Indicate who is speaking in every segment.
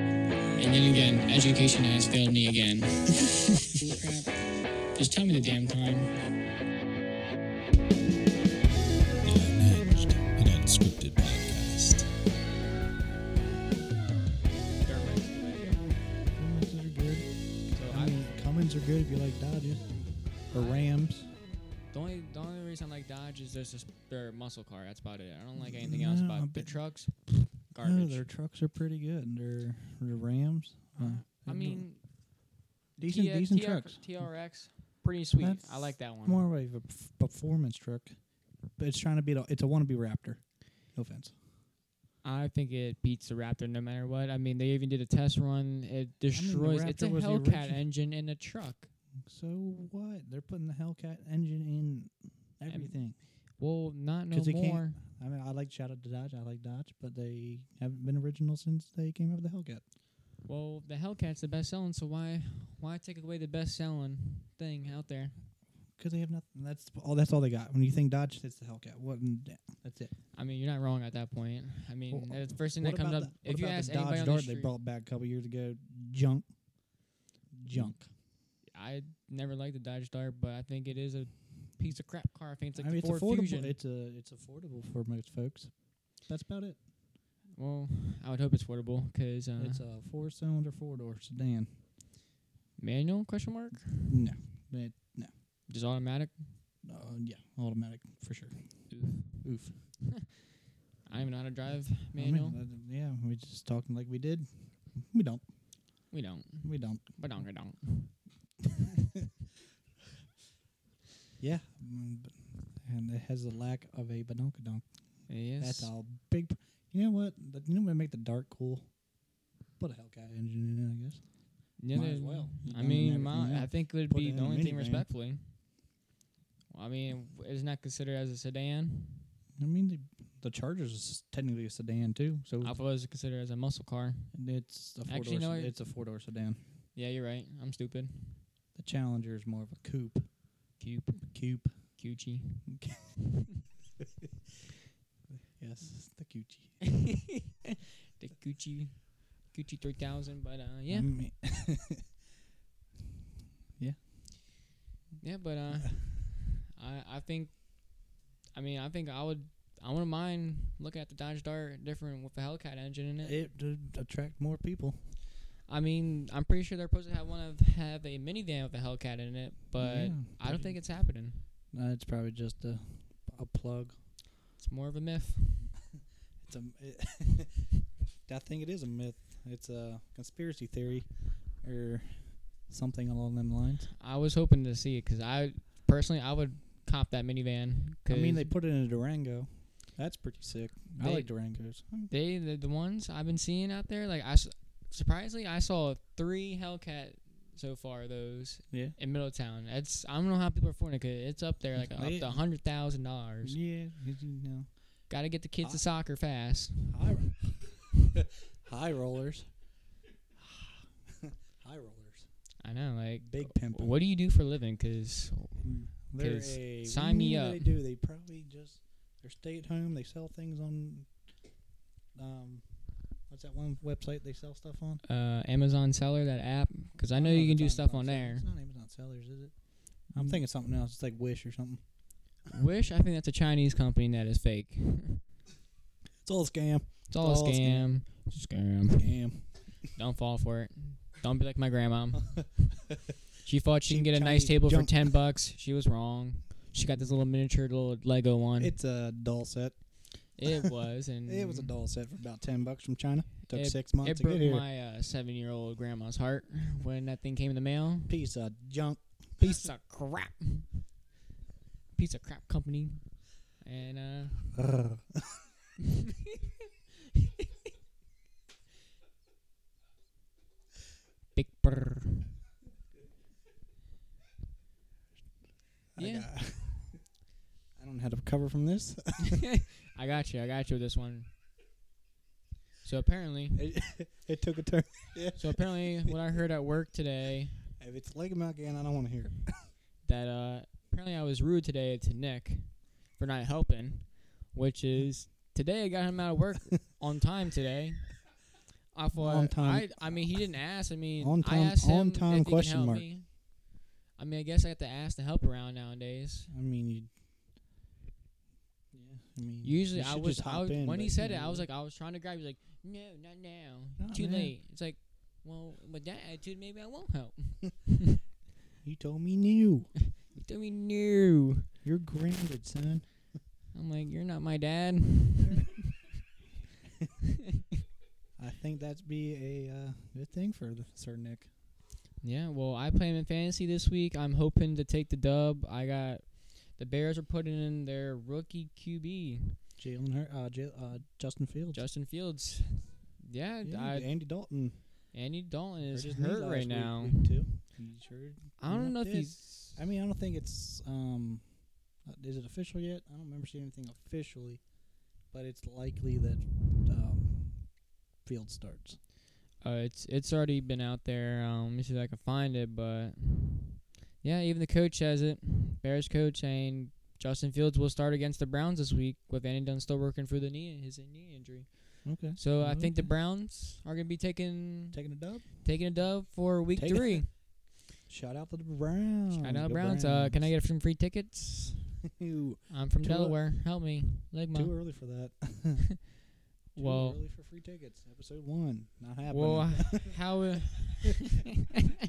Speaker 1: And then again, education has failed me again. Crap. Just tell me the damn time.
Speaker 2: The Unhinged, an unscripted podcast.
Speaker 3: Comments are good. I mean, Cummins are good if you like Dodges or Rams.
Speaker 1: The only the only reason I like Dodge is there's this their muscle car. That's about it. I don't like anything else
Speaker 3: No,
Speaker 1: about
Speaker 3: I
Speaker 1: the
Speaker 3: bet-
Speaker 1: trucks.
Speaker 3: No,
Speaker 1: Garbage.
Speaker 3: their trucks are pretty good. And their the Rams. uh,
Speaker 1: I mean,
Speaker 3: decent,
Speaker 1: T-
Speaker 3: decent
Speaker 1: TR
Speaker 3: trucks.
Speaker 1: TRX, pretty sweet. I
Speaker 3: That's
Speaker 1: like that one.
Speaker 3: More of a perf- performance truck, but it's trying to beat. A, it's a wannabe Raptor. No offense.
Speaker 1: I think it beats the Raptor no matter what. I mean, they even did a test run. It destroys. it's a
Speaker 3: Raptor was the
Speaker 1: Hellcat
Speaker 3: origin-
Speaker 1: engine in a truck.
Speaker 3: So what? They're putting the Hellcat engine in everything.
Speaker 1: Well, not no
Speaker 3: 'Cause they can't-
Speaker 1: more.
Speaker 3: I mean, I like shout out to Dodge. I like Dodge, but they haven't been original since they came up with the Hellcat.
Speaker 1: Well, the Hellcat's the best selling, so why why take away the best selling thing out there?
Speaker 3: Because they have nothing. That's all. That's all they got. When you think Dodge, it's the Hellcat. What? in the- That's it.
Speaker 1: I mean, you're not wrong at that point. I mean,
Speaker 3: Well,
Speaker 1: that's the first thing
Speaker 3: What
Speaker 1: that comes
Speaker 3: about
Speaker 1: up.
Speaker 3: the- what
Speaker 1: if you
Speaker 3: about the
Speaker 1: ask
Speaker 3: Dodge
Speaker 1: anybody on the
Speaker 3: Dart
Speaker 1: street,
Speaker 3: they brought back a couple years ago, junk, junk.
Speaker 1: I never liked the Dodge Dart, but I think it is a piece of crap car. I think it's like
Speaker 3: I mean,
Speaker 1: the
Speaker 3: it's
Speaker 1: Ford
Speaker 3: affordable.
Speaker 1: Fusion.
Speaker 3: It's a it's affordable for most folks. That's about it.
Speaker 1: well, I would hope it's affordable 'cause uh,
Speaker 3: It's a four cylinder four door sedan.
Speaker 1: manual question mark
Speaker 3: No, it,
Speaker 1: just automatic.
Speaker 3: uh, yeah, automatic for sure. Oof.
Speaker 1: I don't even know how to drive
Speaker 3: I mean, uh,
Speaker 1: manual.
Speaker 3: that- yeah, we just talking like we did. We don't.
Speaker 1: we don't,
Speaker 3: We don't.
Speaker 1: but don't, don't.
Speaker 3: Yeah, mm, but- and it has the lack of a badonkadonk.
Speaker 1: Yes,
Speaker 3: That's all big. Pr- you know what? The- You know what make the dark cool? Put a Hellcat engine in, it, I guess.
Speaker 1: Yeah,
Speaker 3: Might
Speaker 1: there's-
Speaker 3: as well.
Speaker 1: I
Speaker 3: Done
Speaker 1: mean,
Speaker 3: everything
Speaker 1: my, I
Speaker 3: else.
Speaker 1: think it would
Speaker 3: Put
Speaker 1: be
Speaker 3: it
Speaker 1: the
Speaker 3: in a
Speaker 1: only thing
Speaker 3: minivan.
Speaker 1: respectfully. Well, I mean, isn't that considered as a sedan?
Speaker 3: I mean, the, the Chargers is technically a sedan too, so
Speaker 1: I was considered as a muscle car.
Speaker 3: it's a four
Speaker 1: Actually,
Speaker 3: door.
Speaker 1: no, I-
Speaker 3: it's a four door sedan.
Speaker 1: Yeah, you're right. I'm stupid.
Speaker 3: The Challenger is more of a coupe.
Speaker 1: Cube,
Speaker 3: Coupe.
Speaker 1: Gucci.
Speaker 3: Yes, the Gucci.
Speaker 1: the Gucci, Gucci 3000. But uh, yeah,
Speaker 3: I mean-
Speaker 1: yeah. But uh, I, I think, I mean, I think I would, I wouldn't mind looking at the Dodge Dart different with the Hellcat engine in it.
Speaker 3: it would attract more people.
Speaker 1: I mean, I'm pretty sure they're supposed to have one of have a minivan with a Hellcat in it, but
Speaker 3: Yeah,
Speaker 1: I don't
Speaker 3: pretty-
Speaker 1: think it's happening.
Speaker 3: No, it's probably just a a plug.
Speaker 1: It's more of a myth.
Speaker 3: It's a. I think it is a myth. It's a conspiracy theory, or something along them lines.
Speaker 1: I was hoping to see it because I personally I would cop that minivan.
Speaker 3: I
Speaker 1: 'cause
Speaker 3: mean, they put it in a Durango. That's pretty sick. I
Speaker 1: They-
Speaker 3: like Durangos.
Speaker 1: they the, the ones I've been seeing out there. Like I s- surprisingly I saw three Hellcat so far of those
Speaker 3: Yeah.
Speaker 1: in Middletown. That's I don't know how people are affording it 'cause it's up there like up
Speaker 3: They-
Speaker 1: to hundred thousand dollars.
Speaker 3: Yeah, you know.
Speaker 1: Got to get the kids
Speaker 3: I-
Speaker 1: to soccer fast.
Speaker 3: High, high rollers. high rollers.
Speaker 1: I know, like
Speaker 3: Big
Speaker 1: w-
Speaker 3: pimpin'.
Speaker 1: Uh, What do you do for a living? 'Cause
Speaker 3: They're
Speaker 1: 'Cause
Speaker 3: a,
Speaker 1: sign me
Speaker 3: what
Speaker 1: up.
Speaker 3: They do. They probably just they stay at home. They sell things on. Um, what's that one website they sell stuff on?
Speaker 1: uh, Amazon seller that app because I know you can
Speaker 3: if
Speaker 1: do
Speaker 3: it's
Speaker 1: stuff on
Speaker 3: Amazon Sell-
Speaker 1: there. Mm.
Speaker 3: It's not Amazon sellers, is it? I'm thinking something else. It's like Wish or something.
Speaker 1: Wish I think that's a Chinese company that is fake.
Speaker 3: It's all a scam.
Speaker 1: It's all, a scam. Scam.
Speaker 3: Scam.
Speaker 1: Don't fall for it. Don't be like my grandma. she thought she can
Speaker 3: Cheap
Speaker 1: get a nice
Speaker 3: Chinese
Speaker 1: table
Speaker 3: junk.
Speaker 1: for ten bucks. She was wrong. She got this little miniature little Lego one.
Speaker 3: It's a doll set.
Speaker 1: it was and
Speaker 3: It was a doll set for about ten bucks from China. Took
Speaker 1: It-
Speaker 3: six months
Speaker 1: It
Speaker 3: to get
Speaker 1: broke
Speaker 3: here.
Speaker 1: my uh, seven-year-old grandma's heart when that thing came in the mail.
Speaker 3: Piece of junk.
Speaker 1: Piece of crap. Piece of crap company. And uh,
Speaker 3: Ugh.
Speaker 1: Big Brr.
Speaker 3: I
Speaker 1: Yeah.
Speaker 3: got- I don't know how to recover from this.
Speaker 1: I got you. I got you with this one. So apparently,
Speaker 3: it, it took a turn.
Speaker 1: so apparently, what I heard at work today
Speaker 3: If it's leg milk again, I don't want to hear it.
Speaker 1: that uh, apparently I was rude today to Nick for not helping, which is today I got him out of work on time today. I thought
Speaker 3: On time-
Speaker 1: I, I mean, he didn't ask. I mean,
Speaker 3: On
Speaker 1: I
Speaker 3: time-
Speaker 1: asked him
Speaker 3: on time
Speaker 1: if he
Speaker 3: question
Speaker 1: can help
Speaker 3: mark.
Speaker 1: Me. I mean, I guess I have to ask to help around nowadays.
Speaker 3: I mean, you. Yeah, I mean.
Speaker 1: Usually,
Speaker 3: you
Speaker 1: I
Speaker 3: should
Speaker 1: was,
Speaker 3: just
Speaker 1: I
Speaker 3: hop
Speaker 1: was
Speaker 3: in,
Speaker 1: when he
Speaker 3: but,
Speaker 1: said
Speaker 3: you
Speaker 1: it, I
Speaker 3: know,
Speaker 1: was like, I was trying to grab. He's like, No, not now.
Speaker 3: Not
Speaker 1: Too
Speaker 3: now.
Speaker 1: late. It's like, well, with that attitude, maybe I won't help.
Speaker 3: you told me new.
Speaker 1: You told me no.
Speaker 3: You're grounded, son.
Speaker 1: I'm like, you're not my dad.
Speaker 3: I think that'd be a uh, good thing for the, Sir Nick.
Speaker 1: Yeah, well, I play him in fantasy this week. I'm hoping to take the dub. I got the Bears are putting in their rookie QB,
Speaker 3: Jalen Hur- uh, J- uh, Justin Fields.
Speaker 1: Justin Fields. Yeah,
Speaker 3: Yeah,
Speaker 1: I,
Speaker 3: Andy Dalton.
Speaker 1: Andy Dalton is
Speaker 3: hurt his knee
Speaker 1: hurt
Speaker 3: last
Speaker 1: right
Speaker 3: week-
Speaker 1: now.
Speaker 3: week two. He sure
Speaker 1: I don't
Speaker 3: Yep,
Speaker 1: know if
Speaker 3: it
Speaker 1: he's.
Speaker 3: I mean, I don't think it's um, uh, is it official yet? I don't remember seeing anything officially, but it's likely that um, Field starts.
Speaker 1: Uh, it's it's already been out there. Um, let me see if I can find it. But yeah, even the coach has it. Bears coach saying Justin Fields will start against the Browns this week with Andy Dunn still working through the knee his knee injury.
Speaker 3: Okay,
Speaker 1: So I think the
Speaker 3: Okay.
Speaker 1: Browns are gonna be taking
Speaker 3: taking a dub.
Speaker 1: taking a dub for week
Speaker 3: Take a-
Speaker 1: three.
Speaker 3: Shout out to the Browns.
Speaker 1: I know
Speaker 3: Go
Speaker 1: Browns. Uh, can I get some free tickets?
Speaker 3: Ew,
Speaker 1: I'm from
Speaker 3: Too ear-
Speaker 1: Delaware. Help me,
Speaker 3: Too
Speaker 1: Ligma.
Speaker 3: early for that. Too
Speaker 1: Well,
Speaker 3: early for free tickets. Episode one, not happening.
Speaker 1: well, how?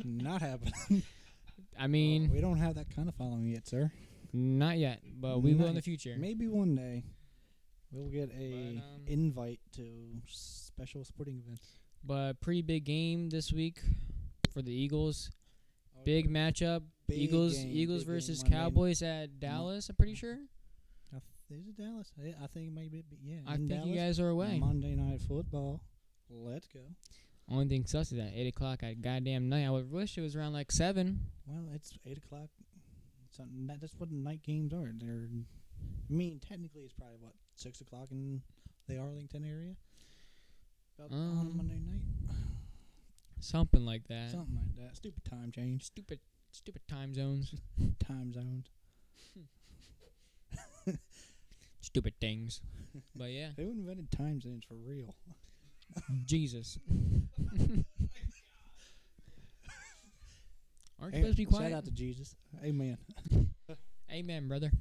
Speaker 3: not happening.
Speaker 1: I mean,
Speaker 3: we don't have that kind of following yet, sir.
Speaker 1: not yet, but we will
Speaker 3: Not
Speaker 1: in the
Speaker 3: yet.
Speaker 1: future.
Speaker 3: Maybe one day we'll get a
Speaker 1: But, um,
Speaker 3: invite to special sporting events.
Speaker 1: But pretty big game this week for the Eagles. Oh, Big matchup.
Speaker 3: Oh, Big
Speaker 1: Eagles
Speaker 3: game,
Speaker 1: Eagles
Speaker 3: big game.
Speaker 1: versus
Speaker 3: Monday n-
Speaker 1: Cowboys at Dallas, I'm pretty sure.
Speaker 3: I th- is it Dallas? I, I think it might be. be- Yeah,
Speaker 1: I
Speaker 3: in
Speaker 1: think
Speaker 3: Dallas.
Speaker 1: you guys are away.
Speaker 3: Monday night football. Let's go.
Speaker 1: Only thing sus is at eight o'clock at goddamn night. I would wish it was around like seven.
Speaker 3: Well, it's eight o'clock. Something that, that's what night games are. They're, I mean, technically it's probably what six o'clock in the Arlington area. About on a
Speaker 1: Um,
Speaker 3: Monday night,
Speaker 1: Something like that.
Speaker 3: something like that. Stupid time change,
Speaker 1: Stupid stupid time zones.
Speaker 3: time zones.
Speaker 1: Stupid things. But yeah.
Speaker 3: Who invented time zones for real?
Speaker 1: Jesus. Aren't you
Speaker 3: Hey,
Speaker 1: supposed to be quiet?
Speaker 3: Shout out to Jesus. Amen.
Speaker 1: Amen, brother.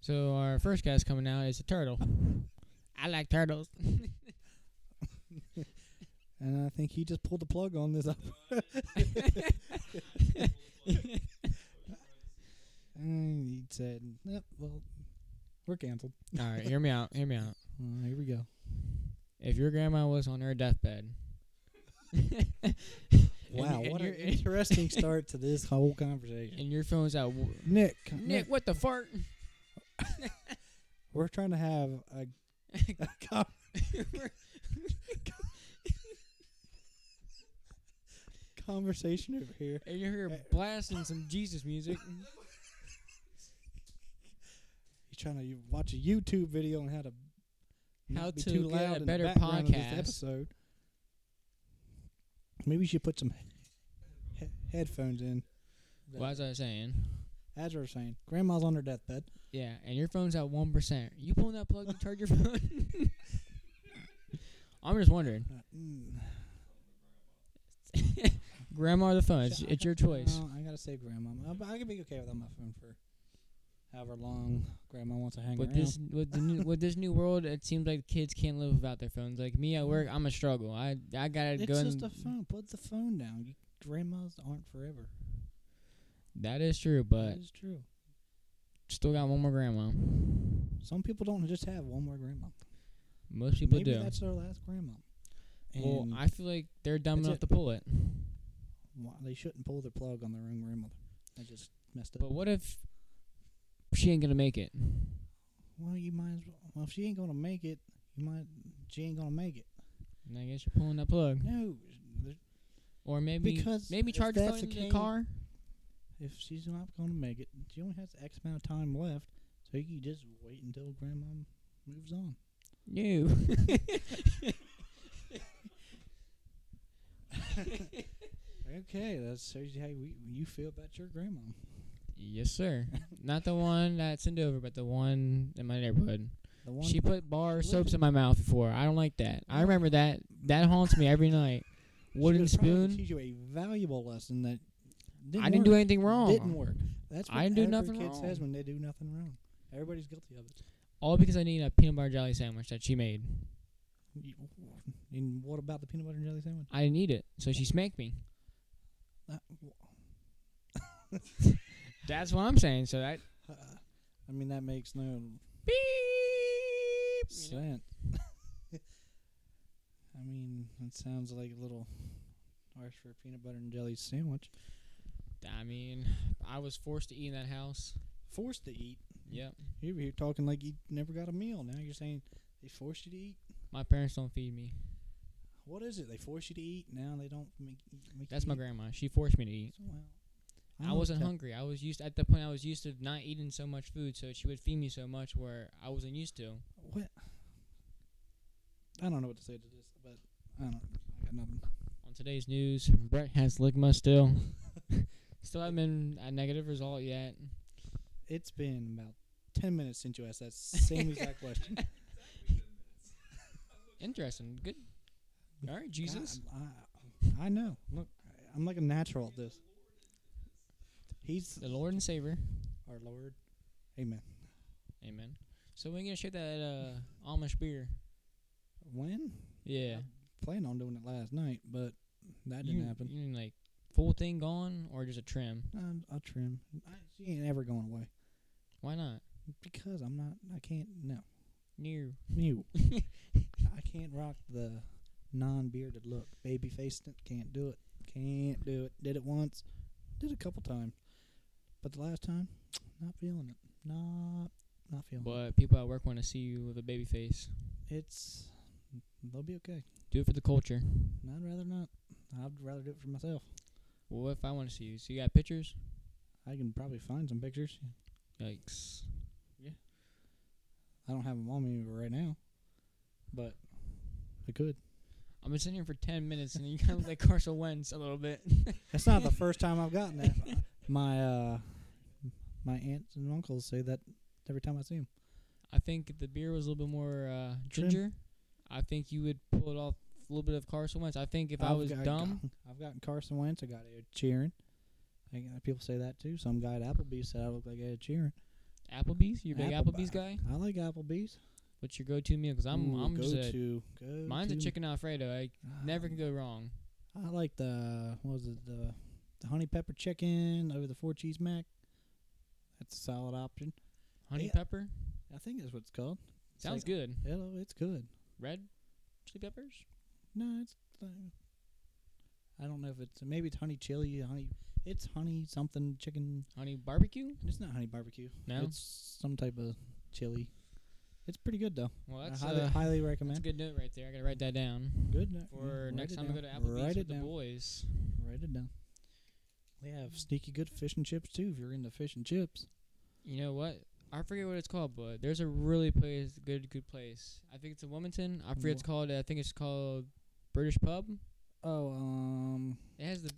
Speaker 1: So our first guy's coming out is a turtle. I like turtles.
Speaker 3: And I think he just pulled the plug on this. Up. and he said, yep, well, we're canceled.
Speaker 1: All right, hear me out. Hear me out.
Speaker 3: Uh, here we go.
Speaker 1: If your grandma was on her deathbed. and you-
Speaker 3: Wow,
Speaker 1: and
Speaker 3: what an
Speaker 1: your-
Speaker 3: interesting start to this whole conversation.
Speaker 1: And your phone's out. w-
Speaker 3: Nick,
Speaker 1: Nick, what the fart?
Speaker 3: we're trying to have a, a con- conversation over here.
Speaker 1: And you're here blasting some Jesus music.
Speaker 3: He's trying to watch a YouTube video on how to not
Speaker 1: How
Speaker 3: be
Speaker 1: to
Speaker 3: too
Speaker 1: get
Speaker 3: loud
Speaker 1: a
Speaker 3: in the
Speaker 1: better
Speaker 3: background of
Speaker 1: podcast.
Speaker 3: this episode. Maybe we should put some he- headphones in.
Speaker 1: Well, as I was saying.
Speaker 3: As we we're saying, Grandma's on her deathbed.
Speaker 1: Yeah, and your phone's at 1%. You pulling that plug to charge your phone? I'm just wondering.
Speaker 3: Uh, mm.
Speaker 1: Grandma or the phone? It's,
Speaker 3: Shit, I
Speaker 1: it's your
Speaker 3: got-
Speaker 1: choice.
Speaker 3: no, I gotta say, Grandma. I, but I could be okay without my phone for however long Grandma wants to hang
Speaker 1: With
Speaker 3: around.
Speaker 1: this, with, the new, with this new world, it seems like kids can't live without their phones. Like me at work, I'm a struggle. I I gotta
Speaker 3: it's
Speaker 1: go. and-
Speaker 3: just a phone. Put the phone down. You, grandmas aren't forever.
Speaker 1: that is true,
Speaker 3: that
Speaker 1: but
Speaker 3: is true.
Speaker 1: still got one more grandma.
Speaker 3: Some people don't just have one more grandma.
Speaker 1: Most people
Speaker 3: Maybe
Speaker 1: do.
Speaker 3: that's their last grandma. And
Speaker 1: Well, I feel like they're dumb
Speaker 3: That's
Speaker 1: enough
Speaker 3: it.
Speaker 1: to pull it.
Speaker 3: why- they shouldn't pull their plug on their own grandmother. That just messed up.
Speaker 1: But what if she ain't gonna make it?
Speaker 3: well, you might as well. Well, if she ain't gonna make it, you might. She ain't gonna make it.
Speaker 1: And I guess you're pulling that plug,
Speaker 3: No, there-
Speaker 1: or maybe
Speaker 3: Because
Speaker 1: maybe
Speaker 3: if
Speaker 1: charge the phone
Speaker 3: that's the
Speaker 1: in the
Speaker 3: case-
Speaker 1: car.
Speaker 3: if she's not gonna make it, she only has X amount of time left. So you just wait until grandma moves on.
Speaker 1: No.
Speaker 3: Okay, that shows you how we, you feel about your grandma.
Speaker 1: Yes, sir. Not the one that's in Dover, but the one in my neighborhood.
Speaker 3: The one
Speaker 1: She put bar
Speaker 3: she
Speaker 1: soaps
Speaker 3: lived-
Speaker 1: in my mouth before. I don't like that. I remember that. That haunts me every night.
Speaker 3: she
Speaker 1: Wooden
Speaker 3: was trying to
Speaker 1: spoon.
Speaker 3: Teach you a valuable lesson that didn't
Speaker 1: I didn't do
Speaker 3: work.
Speaker 1: anything wrong.
Speaker 3: Didn't work. That's what
Speaker 1: I didn't do
Speaker 3: every
Speaker 1: nothing
Speaker 3: kid
Speaker 1: wrong.
Speaker 3: says when they do nothing wrong. Everybody's guilty of it.
Speaker 1: All because I need a peanut butter jelly sandwich that she made.
Speaker 3: You- And what about the peanut butter and jelly sandwich?
Speaker 1: I didn't eat it, so she spanked me.
Speaker 3: Uh,
Speaker 1: That's what I'm saying. So that
Speaker 3: uh, I mean, that makes no
Speaker 1: beep. you know?
Speaker 3: sense. I mean, it sounds like a little harsh for a peanut butter and jelly sandwich.
Speaker 1: I mean, I was forced to eat in that house.
Speaker 3: Forced to eat.
Speaker 1: Yep.
Speaker 3: You're over here talking like you never got a meal. Now you're saying they forced you to eat.
Speaker 1: My parents don't feed me.
Speaker 3: What is it? They force you to eat. Now they don't make. make
Speaker 1: That's
Speaker 3: you
Speaker 1: my
Speaker 3: eat.
Speaker 1: grandma. She forced me to eat.
Speaker 3: So, well,
Speaker 1: I
Speaker 3: don't
Speaker 1: wasn't
Speaker 3: tell-
Speaker 1: hungry. I was used at that point. I was used to not eating so much food, so she would feed me so much where I wasn't used to.
Speaker 3: What? I don't know what to say to this, but I don't. I got nothing.
Speaker 1: On today's news, Brett has ligma still. still haven't been a negative result yet.
Speaker 3: It's been about ten minutes since you asked that same exact question.
Speaker 1: Interesting. Good. All right, Jesus.
Speaker 3: God, I, I know. Look, I'm like a natural at this. He's
Speaker 1: The Lord and Savior.
Speaker 3: our Lord. Amen.
Speaker 1: Amen. So we're gonna share that uh, Amish beer.
Speaker 3: When?
Speaker 1: Yeah.
Speaker 3: Planned on doing it last night, but that
Speaker 1: you,
Speaker 3: didn't happen.
Speaker 1: You mean like full thing gone or just a trim?
Speaker 3: Um, I'll trim. I, she ain't ever going away
Speaker 1: Why not?
Speaker 3: because I'm not. I can't. No.
Speaker 1: New.
Speaker 3: New. I can't rock the non-bearded look. Baby faced it. Can't do it. Can't do it. Did it once. Did it a couple times. But the last time, not feeling it. Not, not feeling it.
Speaker 1: But people at work want to see you with a baby face.
Speaker 3: It's, they'll be okay.
Speaker 1: Do it for the culture.
Speaker 3: I'd rather not. I'd rather do it for myself.
Speaker 1: Well, what if I want to see you? So you got pictures?
Speaker 3: I can probably find some pictures.
Speaker 1: Yikes.
Speaker 3: I don't have them on me right now, but I could.
Speaker 1: I've been sitting here for 10 minutes and you kind of look like Carson Wentz a little bit.
Speaker 3: That's not the first time I've gotten that. my uh, my aunts and uncles say that every time I see them.
Speaker 1: I think if the beer was a little bit more uh,
Speaker 3: Trim.
Speaker 1: ginger, I think you would pull it off a little bit of Carson Wentz. I think if i was dumb,
Speaker 3: I've gotten Carson Wentz. I got Ed Sheeran. I got- people say that too. Some guy at Applebee's said I look like Ed Sheeran.
Speaker 1: Applebee's, you a big
Speaker 3: Apple-
Speaker 1: Applebee's guy?
Speaker 3: I like Applebee's.
Speaker 1: What's your go to meal? Because I'm,
Speaker 3: Ooh, Um,
Speaker 1: I'm
Speaker 3: go
Speaker 1: just a,
Speaker 3: to go
Speaker 1: mine's a
Speaker 3: to- Ah,
Speaker 1: chicken Alfredo. I never can go wrong.
Speaker 3: I like the what was it the the honey pepper chicken over the four cheese mac. That's a solid option.
Speaker 1: Honey
Speaker 3: yeah.
Speaker 1: pepper?
Speaker 3: I think that's what it's called. It's
Speaker 1: Sounds
Speaker 3: like-
Speaker 1: good.
Speaker 3: Hello, it's good.
Speaker 1: Red chili peppers?
Speaker 3: No, it's. uh, I don't know if it's maybe it's honey chili, honey. It's honey something chicken.
Speaker 1: Honey barbecue?
Speaker 3: It's not honey barbecue.
Speaker 1: No.
Speaker 3: It's some type of chili. It's pretty good though.
Speaker 1: well,
Speaker 3: I
Speaker 1: that's,
Speaker 3: highly,
Speaker 1: uh,
Speaker 3: highly
Speaker 1: that's a
Speaker 3: recommend.
Speaker 1: good note right there. I gotta write that down.
Speaker 3: Good. note.
Speaker 1: For
Speaker 3: Yeah,
Speaker 1: next time
Speaker 3: write it
Speaker 1: I go to
Speaker 3: down.
Speaker 1: Applebee's
Speaker 3: write
Speaker 1: with
Speaker 3: it
Speaker 1: the
Speaker 3: down.
Speaker 1: boys.
Speaker 3: Write it down. They have sneaky good fish and chips too. If you're into fish and chips,
Speaker 1: You know what? I forget what it's called, but there's a really place, good, good place. I think it's in Wilmington. I forget it's called. I think it's called British Pub.
Speaker 3: oh, um,
Speaker 1: It has the.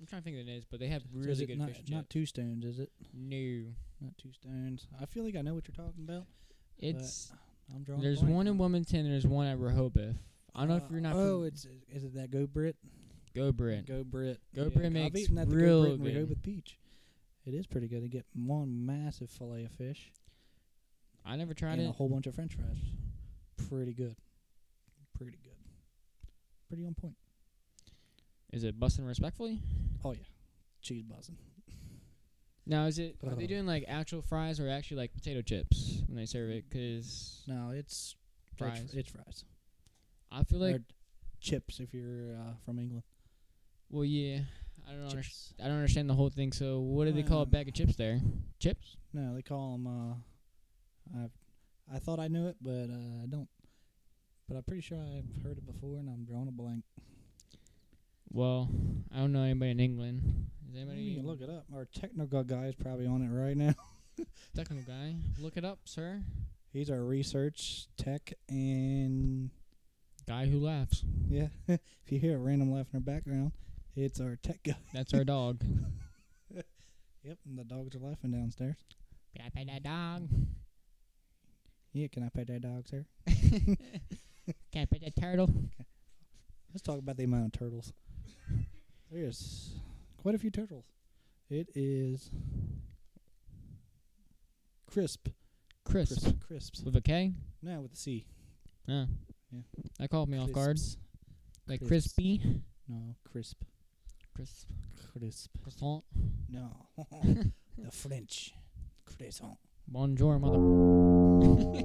Speaker 1: I'm trying to think of the names, but they have
Speaker 3: so is
Speaker 1: really
Speaker 3: it
Speaker 1: good
Speaker 3: not,
Speaker 1: fish and
Speaker 3: not
Speaker 1: chips.
Speaker 3: two stones, is it?
Speaker 1: No,
Speaker 3: Not two stones. I feel like I know what you're talking about.
Speaker 1: it's
Speaker 3: I'm drawing. a
Speaker 1: there's
Speaker 3: blank
Speaker 1: one in
Speaker 3: now.
Speaker 1: Wilmington. There's one at Rehoboth. I don't know
Speaker 3: Uh,
Speaker 1: if you're not.
Speaker 3: Oh,
Speaker 1: fam-
Speaker 3: it's is it that Go Brit?
Speaker 1: Go Brit.
Speaker 3: Go Brit.
Speaker 1: Go Brit
Speaker 3: I've
Speaker 1: makes
Speaker 3: eaten at the
Speaker 1: real
Speaker 3: Go Brit in
Speaker 1: good-
Speaker 3: Rehoboth Beach. It is pretty good. You get one massive fillet of fish
Speaker 1: I never tried
Speaker 3: and
Speaker 1: it.
Speaker 3: a whole bunch of French fries. Pretty good. Pretty good. Pretty on point.
Speaker 1: Is it busting respectfully?
Speaker 3: Oh yeah, cheese buzzing.
Speaker 1: Now is it? Are
Speaker 3: Uh.
Speaker 1: they doing like actual fries or actually like potato chips when they serve it? Cause
Speaker 3: No, it's it's fr-
Speaker 1: Fries.
Speaker 3: It's fries.
Speaker 1: I feel like
Speaker 3: or chips if you're uh, from England.
Speaker 1: Well, yeah, I don't understand.
Speaker 3: Chips.
Speaker 1: I don't understand the whole thing. So, what do they call a
Speaker 3: Um,
Speaker 1: bag of chips there? Chips?
Speaker 3: No, they call them. Uh, I I thought I knew it, but uh, I don't. But I'm pretty sure I've heard it before, and I'm drawing a blank.
Speaker 1: Well, I don't know anybody in England. Is anybody?
Speaker 3: You can look it up. Our technical guy is probably on it right now.
Speaker 1: Technical guy, look it up, sir.
Speaker 3: He's our research tech, and
Speaker 1: Guy who laughs.
Speaker 3: yeah, if you hear a random laugh in our background, it's our tech guy.
Speaker 1: That's our dog.
Speaker 3: Yep, and the dogs are laughing downstairs.
Speaker 1: Dog.
Speaker 3: Yeah, can I pet that dog, sir?
Speaker 1: Can I pet that turtle?
Speaker 3: Let's talk about the amount of turtles. There's quite a few turtles. It is crisp.
Speaker 1: Crisp.
Speaker 3: Crisp. Crisps.
Speaker 1: With a K?
Speaker 3: No, with the C.
Speaker 1: Yeah.
Speaker 3: Yeah.
Speaker 1: That caught me off guard.
Speaker 3: Crisps.
Speaker 1: Like
Speaker 3: Crisps.
Speaker 1: crispy.
Speaker 3: No, crisp.
Speaker 1: Crisp.
Speaker 3: Crisp.
Speaker 1: Croissant.
Speaker 3: No. the French. Croissant.
Speaker 1: Bonjour, mother.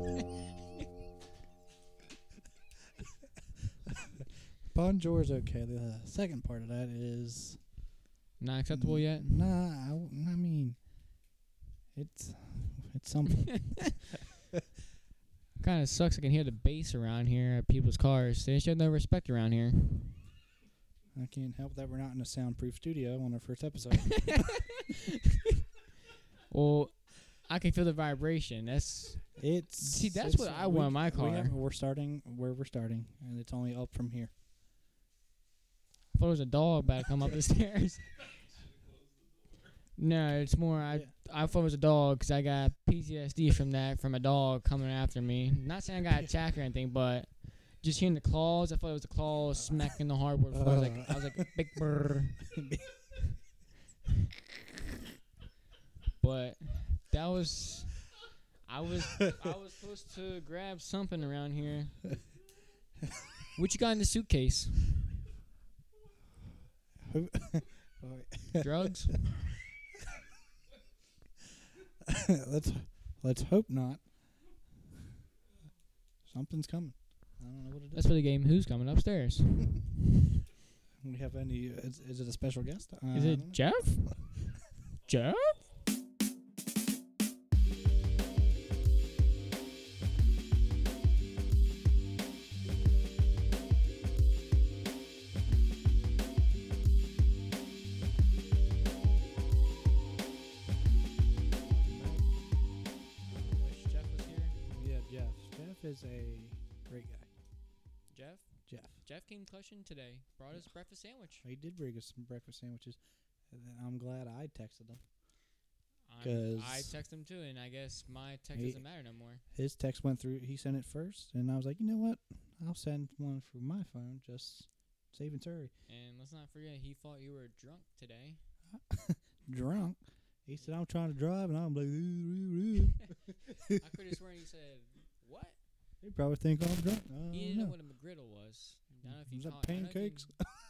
Speaker 3: Bonjour's okay. The second part of that is
Speaker 1: Not acceptable yet?
Speaker 3: Nah, I, w- I mean, it's it's something.
Speaker 1: Kind of sucks. I can hear the bass around here at people's cars. They should have no respect around here.
Speaker 3: I can't help that we're not in a soundproof studio on our first episode.
Speaker 1: Well, I can feel the vibration. That's
Speaker 3: It's
Speaker 1: See, that's
Speaker 3: it's-
Speaker 1: what I
Speaker 3: we-
Speaker 1: want in my
Speaker 3: we
Speaker 1: car.
Speaker 3: have- we're starting where we're starting, and it's only up from here.
Speaker 1: I thought it was a dog about to come up the stairs. No, it's more I
Speaker 3: Yeah.
Speaker 1: I thought it was a dog 'cause I got PTSD from that from a dog coming after me. Not saying I got attacked or anything, but just hearing the claws, I thought it was the claws smacking the hardwood floor. I was like, I was like, big brr. but that was, I was, I was supposed to grab something around here. What you got in the suitcase? Drugs?
Speaker 3: let's let's hope not. Something's coming. I don't know what it is.
Speaker 1: That's for the game. Who's coming upstairs?
Speaker 3: we have any? Is, is it a special guest? I
Speaker 1: Is
Speaker 3: don't
Speaker 1: it
Speaker 3: know.
Speaker 1: Jeff? Jeff? Wish Jeff was here.
Speaker 3: Yeah, Jeff. Jeff is a great guy.
Speaker 1: Jeff?
Speaker 3: Jeff.
Speaker 1: Jeff came clutching today. Brought us breakfast sandwich.
Speaker 3: He did bring us some breakfast sandwiches. And then I'm glad I texted him.
Speaker 1: I'm-
Speaker 3: 'Cause-
Speaker 1: I text him too, and I guess my text
Speaker 3: He-
Speaker 1: doesn't matter no more.
Speaker 3: His text went through. He sent it first, and I was like, you know what? I'll send one from my phone, just saving Terry.
Speaker 1: And let's not forget, he thought you were drunk today.
Speaker 3: Drunk. He said, I'm trying to drive, and I'm like, "Ooh, ooh, ooh."
Speaker 1: I could have sworn he said, "What?"
Speaker 3: they probably think I'm drunk. I
Speaker 1: He
Speaker 3: don't
Speaker 1: didn't know
Speaker 3: know.
Speaker 1: what a McGriddle was. I don't know if he
Speaker 3: Was that
Speaker 1: caught- I don't know if
Speaker 3: pancakes?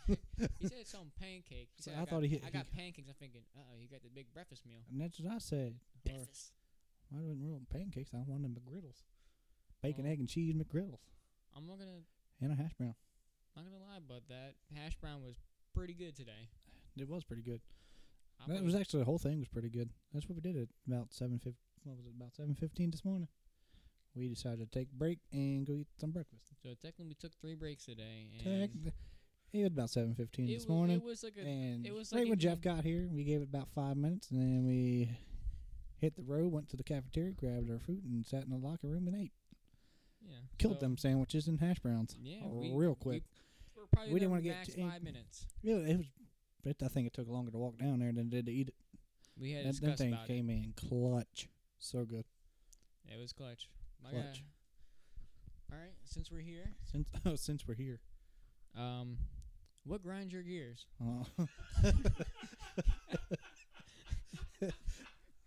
Speaker 1: he- he said something pancake. He
Speaker 3: So
Speaker 1: said,
Speaker 3: I
Speaker 1: I,
Speaker 3: thought
Speaker 1: got,
Speaker 3: he-
Speaker 1: I
Speaker 3: he-
Speaker 1: got pancakes. I'm thinking, uh oh, you got the big breakfast meal.
Speaker 3: And that's what I said. Or,
Speaker 1: Breakfast.
Speaker 3: I wasn't real pancakes. I wanted McGriddles. Bacon,
Speaker 1: Well-
Speaker 3: egg, and cheese McGriddles.
Speaker 1: I'm not gonna,
Speaker 3: And a hash brown.
Speaker 1: not gonna lie, but that hash brown was pretty good today.
Speaker 3: It was pretty good.
Speaker 1: I
Speaker 3: That
Speaker 1: thought
Speaker 3: was
Speaker 1: it
Speaker 3: actually the whole thing was pretty good. That's what we did at about seven fifty. What was it? About seven fifteen this morning. We decided to take a break and go eat some breakfast.
Speaker 1: So technically, we took three breaks today, and
Speaker 3: Tech, it was about seven fifteen
Speaker 1: it,
Speaker 3: this
Speaker 1: wa-
Speaker 3: morning,
Speaker 1: it was like a
Speaker 3: and
Speaker 1: it was
Speaker 3: right
Speaker 1: like
Speaker 3: when
Speaker 1: it-
Speaker 3: Jeff got here, we gave it about five minutes, and then we hit the road, went to the cafeteria, grabbed our food, and sat in the locker room and ate.
Speaker 1: yeah,
Speaker 3: Killed
Speaker 1: so-
Speaker 3: them sandwiches and hash browns. uh,
Speaker 1: Yeah, we,
Speaker 3: real quick.
Speaker 1: We, we're probably
Speaker 3: We
Speaker 1: there
Speaker 3: didn't wanna get
Speaker 1: max
Speaker 3: too-
Speaker 1: five minutes.
Speaker 3: Yeah, it was. But I think it took longer to walk down there than it did to eat it.
Speaker 1: We had to
Speaker 3: That, that
Speaker 1: discuss
Speaker 3: thing
Speaker 1: about it.
Speaker 3: came in clutch. So good.
Speaker 1: It was clutch. My
Speaker 3: Clutch.
Speaker 1: guy. All right, since we're here,
Speaker 3: Since oh, since we're here.
Speaker 1: um, what grinds your gears?
Speaker 3: Oh.